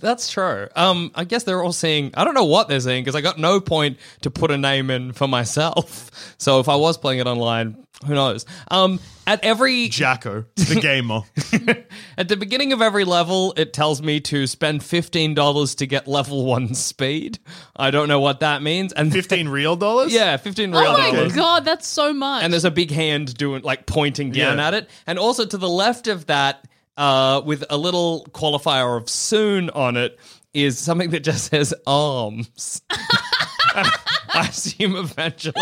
Speaker 4: That's true. Um, I guess they're all saying I don't know what they're saying because I got no point to put a name in for myself. (laughs) So if I was playing it online, who knows? Um, at every
Speaker 2: Jacko,
Speaker 4: (laughs)
Speaker 2: the gamer.
Speaker 4: At the beginning of every level, it tells me to spend $15 to get level one (laughs) speed. I don't know what that means. And
Speaker 2: 15 real
Speaker 4: (laughs)
Speaker 2: dollars?
Speaker 4: Yeah, 15 real
Speaker 5: Oh my
Speaker 4: dollars.
Speaker 5: god, that's so much.
Speaker 4: And there's a big hand doing like pointing down
Speaker 2: Yeah.
Speaker 4: at it. And also to the left of that, uh, with a little qualifier of soon on it, is something that just says arms. (laughs) I assume eventually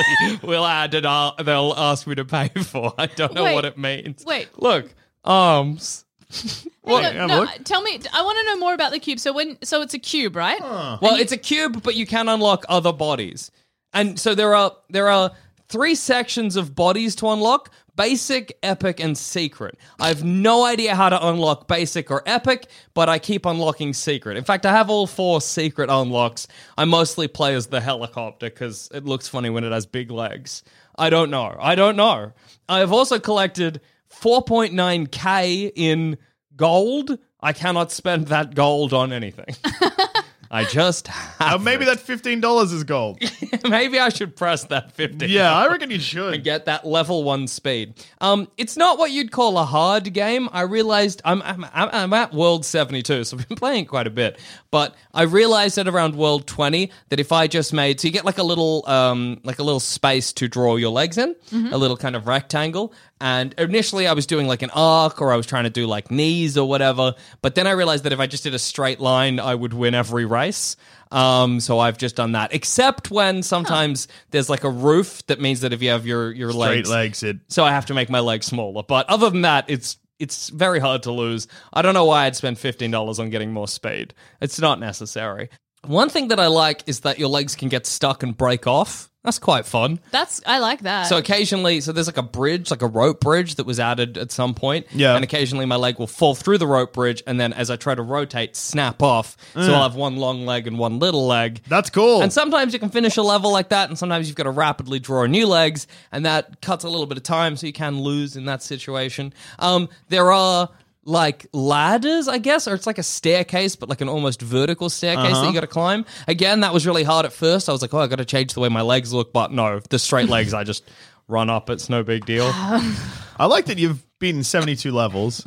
Speaker 4: we'll add an ar- they'll ask me to pay for. I don't know
Speaker 5: Wait.
Speaker 4: what it means.
Speaker 5: Wait.
Speaker 4: Look, arms.
Speaker 5: Hang on,
Speaker 2: Look, have a
Speaker 5: no,
Speaker 2: look.
Speaker 5: tell me. I want to know more about the cube. So when, so it's a cube, right?
Speaker 4: Well, it's a cube, but you can unlock other bodies, and so there are there are three sections of bodies to unlock: basic, epic, and secret. I have no idea how to unlock basic or epic, but I keep unlocking secret. In fact, I have all four secret unlocks. I mostly play as the helicopter because it looks funny when it has big legs. I don't know. I don't know. I have also collected 4.9k in gold. I cannot spend that gold on anything. (laughs) I just
Speaker 2: Uh,
Speaker 4: have
Speaker 2: maybe that $15 is gold.
Speaker 4: (laughs) maybe I should press that fifty.
Speaker 2: Yeah, I reckon
Speaker 4: (laughs)
Speaker 2: you should.
Speaker 4: And get that level one speed. Um, it's not what you'd call a hard game. I realized I'm I'm, I'm I'm at world seventy two, so I've been playing quite a bit. But I realized at around world twenty that if I just made so you get like a little um like a little space to draw your legs in,
Speaker 2: Mm-hmm.
Speaker 4: a little kind of rectangle. And initially I was doing like an arc or I was trying to do like knees or whatever. But then I realized that if I just did a straight line, I would win every race. Um, so I've just done that, except when sometimes there's like a roof that means that if you have your your
Speaker 2: Straight
Speaker 4: legs,
Speaker 2: legs, it.
Speaker 4: so I have to make my legs smaller. But other than that, it's it's very hard to lose. I don't know why I'd spend fifteen dollars on getting more speed. It's not necessary. One thing that I like is that your legs can get stuck and break off. That's quite fun.
Speaker 5: That's I like that.
Speaker 4: So occasionally, so there's like a bridge, like a rope bridge that was added at some point.
Speaker 2: Yeah.
Speaker 4: And occasionally my leg will fall through the rope bridge, and then as I try to rotate, snap off. So I'll have one long leg and one little leg.
Speaker 2: That's cool.
Speaker 4: And sometimes you can finish a level like that, and sometimes you've got to rapidly draw new legs, and that cuts a little bit of time, so you can lose in that situation. Um, there are like ladders, I guess, or it's like a staircase, but like an almost vertical staircase that you got to climb. Again, that was really hard at first. I was like, oh, I got to change the way my legs look, but no, the straight legs, I just run up. It's no big deal.
Speaker 2: I like that you've beaten 72 levels,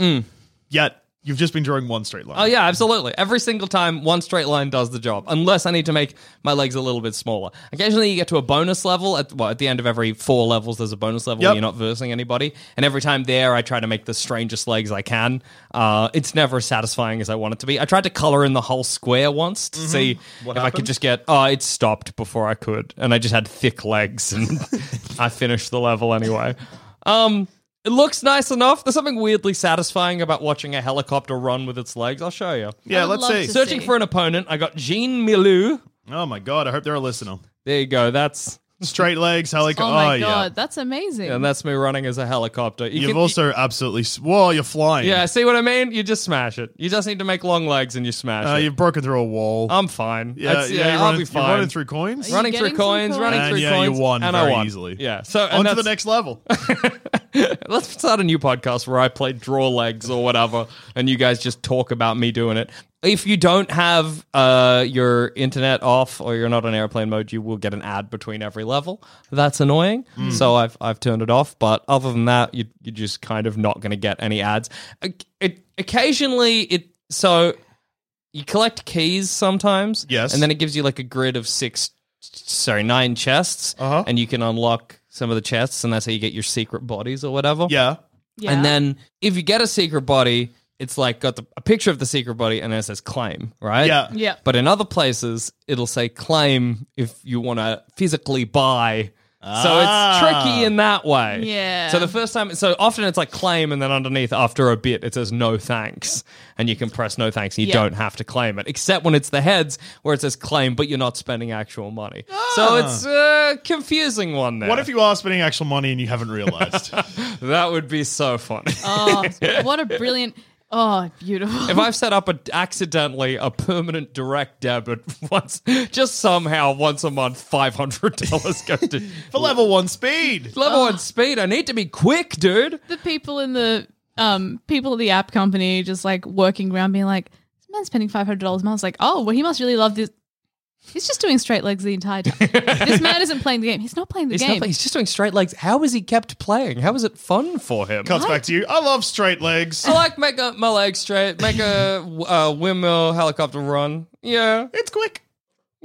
Speaker 2: yet you've just been drawing one straight line.
Speaker 4: Mm. Oh yeah, absolutely. Every single time, one straight line does the job, unless I need to make my legs a little bit smaller. Occasionally, you get to a bonus level. At well, at the end of every four levels, there's a bonus level
Speaker 2: Yep.
Speaker 4: where you're not versing anybody, and every time there, I try to make the strangest legs I can. Uh, it's never as satisfying as I want it to be. I tried to color in the whole square once
Speaker 2: Mm-hmm.
Speaker 4: to see if I could just get. Oh, it stopped before I
Speaker 2: (laughs)
Speaker 4: could, and I just had thick legs, and I finished the level anyway. Um, It looks nice enough. There's something weirdly satisfying about watching a helicopter run with its legs. I'll show you.
Speaker 2: Yeah,
Speaker 5: would
Speaker 2: let's
Speaker 5: love
Speaker 2: see.
Speaker 5: to
Speaker 4: Searching
Speaker 5: see.
Speaker 4: for an opponent, I got Jean Milou.
Speaker 2: Oh my god, I hope they're a listener.
Speaker 4: There you go. That's
Speaker 2: Straight legs, helicopter.
Speaker 5: Oh my
Speaker 2: yeah.
Speaker 5: god, that's amazing.
Speaker 4: and that's me running as a helicopter. You
Speaker 2: You've
Speaker 4: can-
Speaker 2: also absolutely. s- Whoa, you're flying.
Speaker 4: yeah, see what I mean? You just smash it. You just need to make long legs and you smash
Speaker 2: Uh,
Speaker 4: it.
Speaker 2: you've broken through a wall.
Speaker 4: I'm fine.
Speaker 2: yeah,
Speaker 4: Oh, That's-
Speaker 2: yeah, you're
Speaker 4: I'll
Speaker 2: running,
Speaker 4: be
Speaker 2: You're
Speaker 4: fine.
Speaker 2: running through coins.
Speaker 5: Right
Speaker 4: running
Speaker 5: You're
Speaker 4: through
Speaker 5: getting some
Speaker 4: coins, running
Speaker 2: and
Speaker 4: through
Speaker 2: yeah,
Speaker 4: coins,
Speaker 2: you won
Speaker 4: and I
Speaker 2: very
Speaker 4: won.
Speaker 2: easily.
Speaker 4: Yeah. So
Speaker 2: On
Speaker 4: and
Speaker 2: to the
Speaker 4: that's- (laughs)
Speaker 2: next level.
Speaker 4: Let's start a new podcast where I play draw legs or whatever, and you guys just talk about me doing it. If you don't have uh, your internet off or you're not on airplane mode, you will get an ad between every level. That's annoying.
Speaker 2: Hmm.
Speaker 4: So I've I've turned it off. But other than that, you, you're just kind of not going to get any ads. Oc- It, occasionally, it so you collect keys sometimes.
Speaker 2: Yes.
Speaker 4: and then it gives you like a grid of six, sorry, nine chests,
Speaker 2: Uh-huh.
Speaker 4: and you can unlock some of the chests, and that's how you get your secret bodies or whatever.
Speaker 2: yeah.
Speaker 5: yeah.
Speaker 4: And then if you get a secret body, it's like got the, a picture of the secret body and then it says claim, right?
Speaker 2: Yeah.
Speaker 5: Yeah.
Speaker 4: (laughs) But in other places, it'll say claim if you want to physically buy. So
Speaker 2: Ah.
Speaker 4: it's tricky in that way.
Speaker 5: Yeah.
Speaker 4: So the first time, so often it's like claim, and then underneath, after a bit, it says no thanks, and you can press no thanks, and you
Speaker 5: Yeah.
Speaker 4: don't have to claim it, except when it's the heads where it says claim, but you're not spending actual money. So it's a confusing one there.
Speaker 2: Ah. What if you are spending actual money and you haven't
Speaker 4: (laughs)
Speaker 2: realized?
Speaker 4: That would be so funny.
Speaker 5: oh, (laughs) what a brilliant. Oh, beautiful. (laughs)
Speaker 4: if I've set up a, accidentally a permanent direct debit (laughs) once, just somehow once a month, five hundred dollars goes (laughs) to
Speaker 2: For level one speed.
Speaker 4: level one speed. I need to be quick, dude.
Speaker 5: the people in the um people at the app company just like working around being like, this man's spending five hundred dollars a month. It's like, oh well he must really love this. He's just doing straight legs the entire time. this man isn't playing the game. He's not playing the
Speaker 4: He's,
Speaker 5: game.
Speaker 4: not- he's just doing straight legs. How has he kept playing? How is it fun for (laughs) him?
Speaker 2: Cuts back to you. I love straight legs.
Speaker 4: I like make a, my legs straight, make a uh, windmill helicopter run. Yeah,
Speaker 2: It's quick.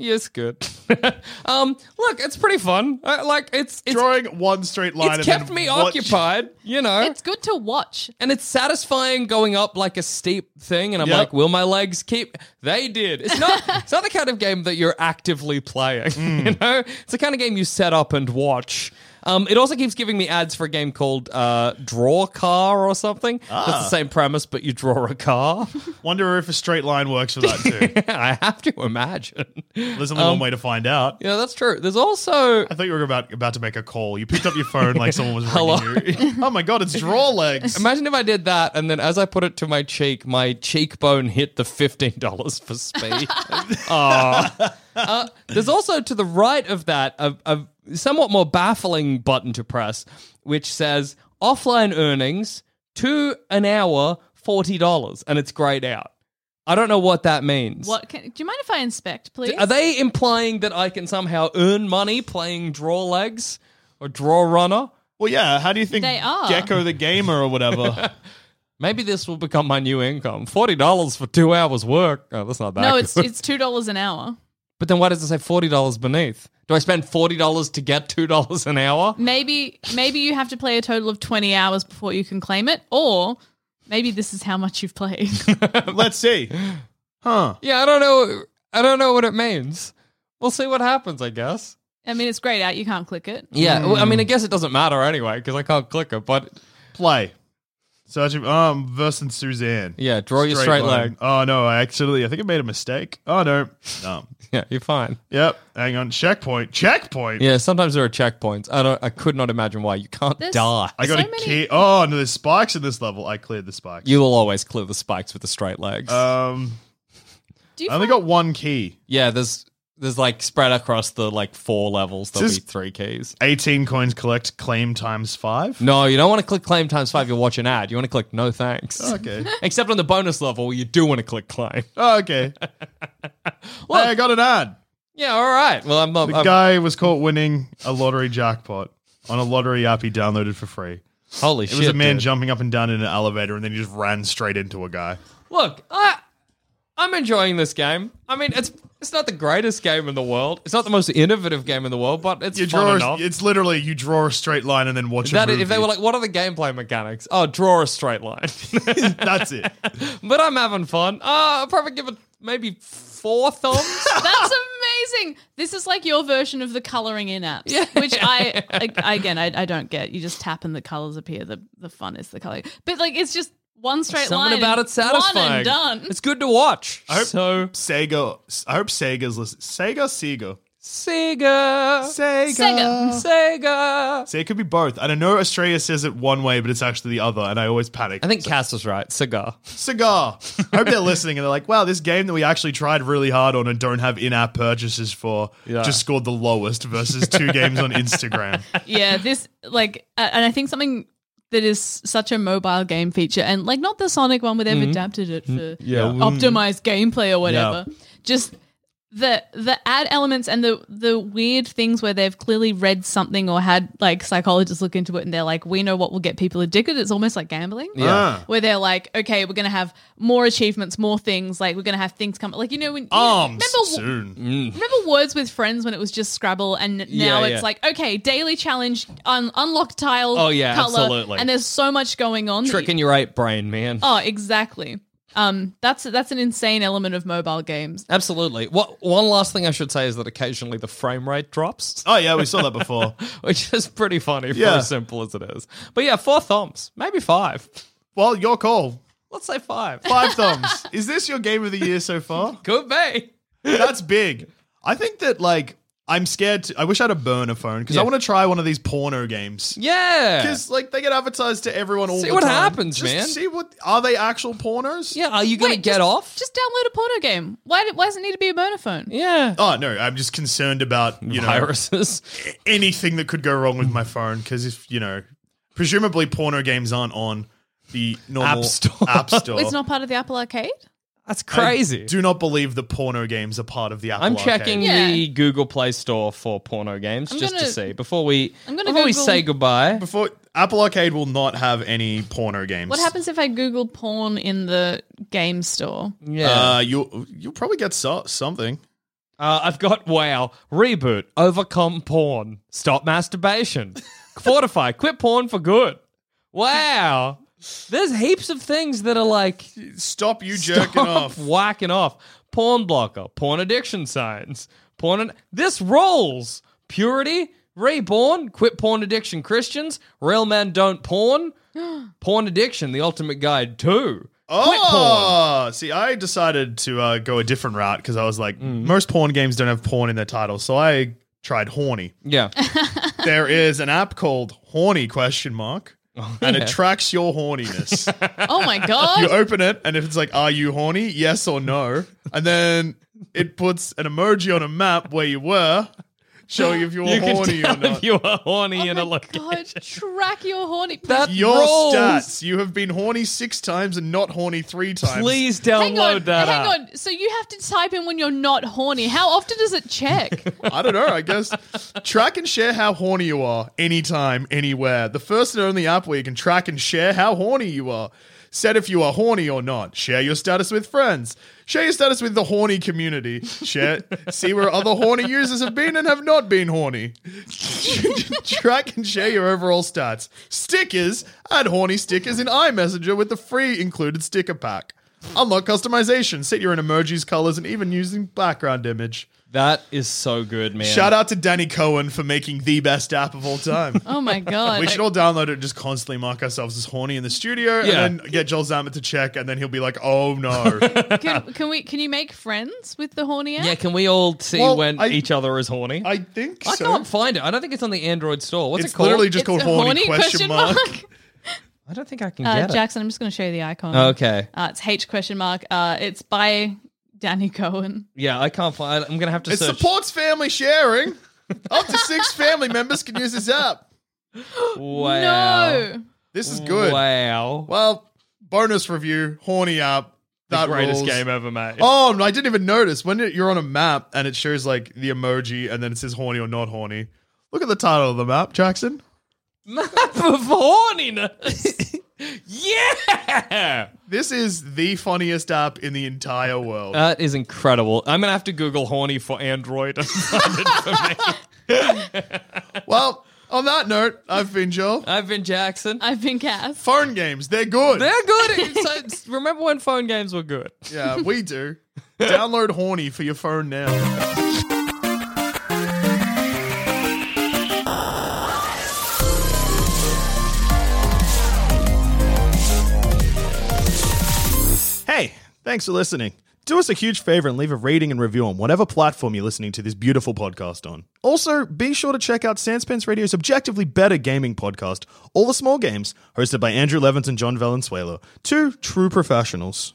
Speaker 4: yeah, it's good. (laughs) um, look, it's pretty fun. I, like it's it's,
Speaker 2: Drawing one straight line.
Speaker 4: it's
Speaker 2: and
Speaker 4: kept
Speaker 2: then
Speaker 4: me
Speaker 2: watch-
Speaker 4: occupied. You know,
Speaker 5: it's good to watch.
Speaker 4: And it's satisfying going up like a steep thing, and I'm
Speaker 2: Yep.
Speaker 4: like, will my legs keep? They did. It's not. it's not the kind of game that you're actively playing. (laughs) You know, it's the kind of game you set up and watch. Um, it also keeps giving me ads for a game called uh, Draw Car or something. That's the same premise, but you draw a car. (laughs)
Speaker 2: Wonder if a straight line works for that too.
Speaker 4: I have to imagine. (laughs) Yeah,
Speaker 2: There's only one way to find out.
Speaker 4: that's true. There's also
Speaker 2: I thought you were about about to make a call. You picked up your phone like someone was
Speaker 4: Hello? (laughs)
Speaker 2: ringing you. Oh my god, it's draw legs.
Speaker 4: Imagine if I did that, and then as I put it to my cheek, my cheekbone hit the fifteen dollars for
Speaker 5: (laughs)
Speaker 4: speed. (laughs) Aw. Uh, there's also to the right of that a, a somewhat more baffling button to press, which says offline earnings to an hour forty dollars, and it's grayed out. I don't know what that means.
Speaker 5: What can, do you mind if I inspect, please?
Speaker 4: are they implying that I can somehow earn money playing draw legs or draw runner?
Speaker 2: Well, yeah. How do you think
Speaker 5: They are.
Speaker 2: Gecko the gamer
Speaker 4: (laughs)
Speaker 2: or whatever?
Speaker 4: Maybe this will become my new income. Forty dollars for two hours work. Oh, that's not that.
Speaker 5: no, it's
Speaker 4: good.
Speaker 5: it's two dollars an hour.
Speaker 4: But then why does it say forty dollars beneath? Do I spend forty dollars to get two dollars an hour?
Speaker 5: Maybe maybe you have to play a total of twenty hours before you can claim it, or maybe this is how much
Speaker 4: (laughs)
Speaker 5: you've played.
Speaker 2: Let's see. Huh?
Speaker 4: Yeah, I don't know. I don't know what it means. We'll see what happens. I guess.
Speaker 5: I mean, it's grayed out. You can't click it.
Speaker 4: Yeah. well, I mean, I guess it doesn't matter anyway because I can't click it. But
Speaker 2: Play. Search of um versus Suzanne.
Speaker 4: yeah, draw your straight leg.
Speaker 2: Oh no, I actually I think I made a mistake. Oh no. No.
Speaker 4: Yeah, you're fine.
Speaker 2: Yep. Hang on. Checkpoint. Checkpoint.
Speaker 4: Yeah. Sometimes there are checkpoints. I don't. I could not imagine why you can't
Speaker 5: There's-
Speaker 4: die.
Speaker 2: I got
Speaker 5: So
Speaker 2: a
Speaker 5: many-
Speaker 2: key. Oh no, there's spikes in this level. I cleared the spikes.
Speaker 4: You will always clear the spikes with the straight legs.
Speaker 2: um
Speaker 5: Do you
Speaker 2: I only
Speaker 5: find-
Speaker 2: got one key.
Speaker 4: yeah. There's there's like spread across the like four levels. There'll
Speaker 2: Just-
Speaker 4: be three keys.
Speaker 2: Eighteen coins collect claim times five.
Speaker 4: No, you don't want to click claim times five. You'll watch an ad. You want to click no thanks.
Speaker 2: Okay.
Speaker 4: (laughs) Except on the bonus level, where you do want to click claim. (laughs)
Speaker 2: Oh, okay. Hey, I got an ad.
Speaker 4: Yeah, all right. Well, I'm.
Speaker 2: The
Speaker 4: I'm
Speaker 2: guy was caught winning a lottery jackpot on a lottery app he downloaded for free.
Speaker 4: holy
Speaker 2: It
Speaker 4: shit!
Speaker 2: was a man
Speaker 4: dude.
Speaker 2: jumping up and down in an elevator and then he just ran straight into a guy.
Speaker 4: Look, I, I'm enjoying this game. I mean, it's it's not the greatest game in the world. It's not the most innovative game in the world, but it's
Speaker 2: You
Speaker 4: fun
Speaker 2: draw a,
Speaker 4: enough.
Speaker 2: it's literally you draw a straight line and then watch
Speaker 4: that
Speaker 2: a movie.
Speaker 4: if they were like, what are the gameplay mechanics? Oh, draw a straight line. (laughs)
Speaker 2: That's it.
Speaker 4: but
Speaker 5: (laughs)
Speaker 4: I'm having fun. Uh, I'll probably give it maybe four thumbs.
Speaker 5: That's amazing. This is like your version of the coloring in apps, which
Speaker 4: (laughs)
Speaker 5: I, I again I, I don't get. You just tap and the colors appear. The the fun is the color, but like it's just one straight
Speaker 4: Something
Speaker 5: line.
Speaker 4: about
Speaker 5: and
Speaker 4: it satisfying.
Speaker 5: One and done.
Speaker 4: It's good to watch.
Speaker 2: I hope
Speaker 4: so
Speaker 2: Sega. I hope Sega's listen. Sega, Sega,
Speaker 4: Sega,
Speaker 2: Sega.
Speaker 4: Sega.
Speaker 2: See, it could be both. And I know Australia says it one way, but it's actually the other, and I always panic.
Speaker 4: I think Cass was right. Cigar. (laughs)
Speaker 2: cigar. I hope they're listening and they're like, wow, this game that we actually tried really hard on and don't have in app purchases for
Speaker 4: Yeah.
Speaker 2: just scored the lowest
Speaker 4: (laughs)
Speaker 2: versus two games on Instagram.
Speaker 5: yeah, this like, uh, and I think something that is such a mobile game feature, and like not the Sonic one where they've adapted it for optimized gameplay or whatever. Just the the ad elements and the the weird things where they've clearly read something or had like psychologists look into it, and they're like, we know what will get people addicted. It's almost like gambling.
Speaker 4: Yeah.
Speaker 5: Where they're like, okay, we're gonna have more achievements, more things. Like we're gonna have things come, like you know, when you know,
Speaker 2: Um, soon.
Speaker 5: Remember Words with Friends when it was just Scrabble, and n- now
Speaker 4: Yeah,
Speaker 5: it's
Speaker 4: yeah.
Speaker 5: like okay, daily challenge, un- unlock tile.
Speaker 4: Oh, yeah,
Speaker 5: color,
Speaker 4: absolutely.
Speaker 5: And there's so much going on. that you-
Speaker 4: Tricking your ape brain, man.
Speaker 5: oh, exactly. Um, that's that's an insane element of mobile games.
Speaker 4: Absolutely. What one last thing I should say is that occasionally the frame rate drops,
Speaker 2: Oh, yeah, we saw that before.
Speaker 4: (laughs) which is pretty funny for
Speaker 2: Yeah.
Speaker 4: as simple as it is. But yeah, four thumbs, maybe five.
Speaker 2: well, your call.
Speaker 4: Let's say five.
Speaker 2: Five thumbs. Is this your game of the year so far?
Speaker 4: Could be.
Speaker 2: That's big. I think that, like, I'm scared. To, I wish I had a burner phone because I
Speaker 4: Yeah.
Speaker 2: want to try one of these porno games.
Speaker 4: Yeah.
Speaker 2: Because like they get advertised to everyone all
Speaker 4: See
Speaker 2: the
Speaker 4: what
Speaker 2: time.
Speaker 4: happens,
Speaker 2: Just
Speaker 4: man.
Speaker 2: See what are they actual pornos?
Speaker 4: Yeah. Are you going to
Speaker 5: Wait,
Speaker 4: get
Speaker 5: just-
Speaker 4: off?
Speaker 5: Just download a porno game. Why do- why does it need to be a monophone?
Speaker 4: yeah.
Speaker 2: Oh no, I'm just concerned
Speaker 4: (laughs)
Speaker 2: about you know
Speaker 4: Viruses.
Speaker 2: anything that could go wrong with my phone because if you know, presumably porno games aren't on the normal
Speaker 4: App Store. (laughs)
Speaker 2: App Store.
Speaker 5: Oh, It's not part of the Apple Arcade.
Speaker 4: That's
Speaker 2: I
Speaker 4: crazy.
Speaker 2: do not believe the porno games are part of the Apple.
Speaker 4: I'm
Speaker 2: Arcade.
Speaker 4: checking
Speaker 5: Yeah.
Speaker 4: the Google Play Store for porno games
Speaker 5: I'm
Speaker 4: just to
Speaker 5: gonna-
Speaker 4: see before we
Speaker 5: I'm gonna
Speaker 4: before we
Speaker 5: Google-
Speaker 4: say goodbye.
Speaker 2: before Apple Arcade will not have any porno games.
Speaker 5: What happens if I Google porn in the game store?
Speaker 4: Yeah,
Speaker 2: Uh, you'll you'll probably get so- something.
Speaker 4: uh, I've got wow reboot overcome porn stop
Speaker 2: (laughs)
Speaker 4: masturbation fortify quit porn for good. Wow, there's heaps of things that are like
Speaker 2: Stop you
Speaker 4: stop
Speaker 2: jerking off.
Speaker 4: whacking off porn blocker porn addiction signs porn. ad- this rolls purity reborn quit porn addiction Christians real men don't
Speaker 2: (gasps)
Speaker 4: porn. Porn addiction, the ultimate guide too.
Speaker 2: Oh, see, I decided to uh, go a different route because I was like,
Speaker 4: Mm.
Speaker 2: most porn games don't have porn in their title, so I tried horny.
Speaker 4: Yeah.
Speaker 2: there is an app called Horny question mark,
Speaker 4: Oh,
Speaker 2: and it tracks your
Speaker 4: (laughs)
Speaker 2: horniness.
Speaker 5: Oh my
Speaker 2: you
Speaker 5: god!
Speaker 2: open it, and if it's like, "Are you horny? Yes or no?" and then it puts an emoji on a map where you were, showing if you were
Speaker 4: (laughs) you can
Speaker 2: (laughs) horny or
Speaker 4: tell
Speaker 2: not.
Speaker 4: if you are horny in a
Speaker 5: oh my
Speaker 4: look.
Speaker 5: god! Track your horny.
Speaker 4: That
Speaker 2: your
Speaker 4: rolls.
Speaker 2: stats: you have been horny six times and not horny three times.
Speaker 4: Please download
Speaker 5: Hang on,
Speaker 4: that
Speaker 5: hang
Speaker 4: app.
Speaker 5: on. So you have to type in when you're not horny. How often does it check?
Speaker 2: I don't know. I guess track and share how horny you are anytime, anywhere. The first and only app where you can track and share how horny you are. Set if you are horny or not. Share your status with friends. Share your status with the horny community. Share, see where other horny users have been and have not been horny. (laughs) track and share your overall stats. Stickers. Add horny stickers in iMessenger with the free included sticker pack. Unlock customization. Set your own emojis, colors, and even using background image.
Speaker 4: That is so good, man.
Speaker 2: Shout out to Danny Cohen for making the best app of all time.
Speaker 5: Oh my god!
Speaker 2: we should all download it and just constantly mark ourselves as horny in the studio
Speaker 4: Yeah.
Speaker 2: and then get Joel Zammett to check and then he'll be like,
Speaker 4: (laughs)
Speaker 2: oh no.
Speaker 5: can, can we? Can you make friends with the horny app?
Speaker 4: Yeah, can we all see
Speaker 2: Well,
Speaker 4: when
Speaker 2: I-
Speaker 4: each other is horny? I,
Speaker 2: I think so.
Speaker 4: can't find it. I don't think it's on the Android store. What's oh,
Speaker 2: it's
Speaker 4: it called?
Speaker 2: literally just called
Speaker 5: A
Speaker 2: horny, question mark.
Speaker 4: (laughs) I don't think I can
Speaker 5: Uh,
Speaker 4: get
Speaker 5: Jackson, I'm just going to show you the icon.
Speaker 4: it. Okay.
Speaker 5: Uh, it's H question mark. Uh, it's by Danny Cohen.
Speaker 4: Yeah, I can't find. I'm gonna have to
Speaker 2: It
Speaker 4: search.
Speaker 2: supports family sharing. Up to six family members can use this app.
Speaker 4: wow.
Speaker 5: No,
Speaker 2: This is good.
Speaker 4: Wow.
Speaker 2: Well, bonus review, horny app. That
Speaker 4: the greatest
Speaker 2: rules.
Speaker 4: game ever made.
Speaker 2: Oh, no, I didn't even notice. When it- you're on a map and it shows like the emoji and then it says horny or not horny. Look at the title of the map, Jackson.
Speaker 4: Map (laughs) of horniness. yeah.
Speaker 2: This is the funniest app in the entire world.
Speaker 4: That is incredible. I'm gonna have to Google horny for Android. (laughs)
Speaker 2: well, on that note, I've been Joel.
Speaker 4: I've been Jackson.
Speaker 5: I've been cast.
Speaker 2: Phone games, they're good.
Speaker 4: They're good. So, remember when phone games were good?
Speaker 2: yeah, we do. Download Horny for your phone now. Thanks for listening. Do us a huge favor and leave a rating and review on whatever platform you're listening to this beautiful podcast on. Also, be sure to check out Sandspence Radio's objectively better gaming podcast, All the Small Games, hosted by Andrew Levins and John Valenzuela, two true professionals.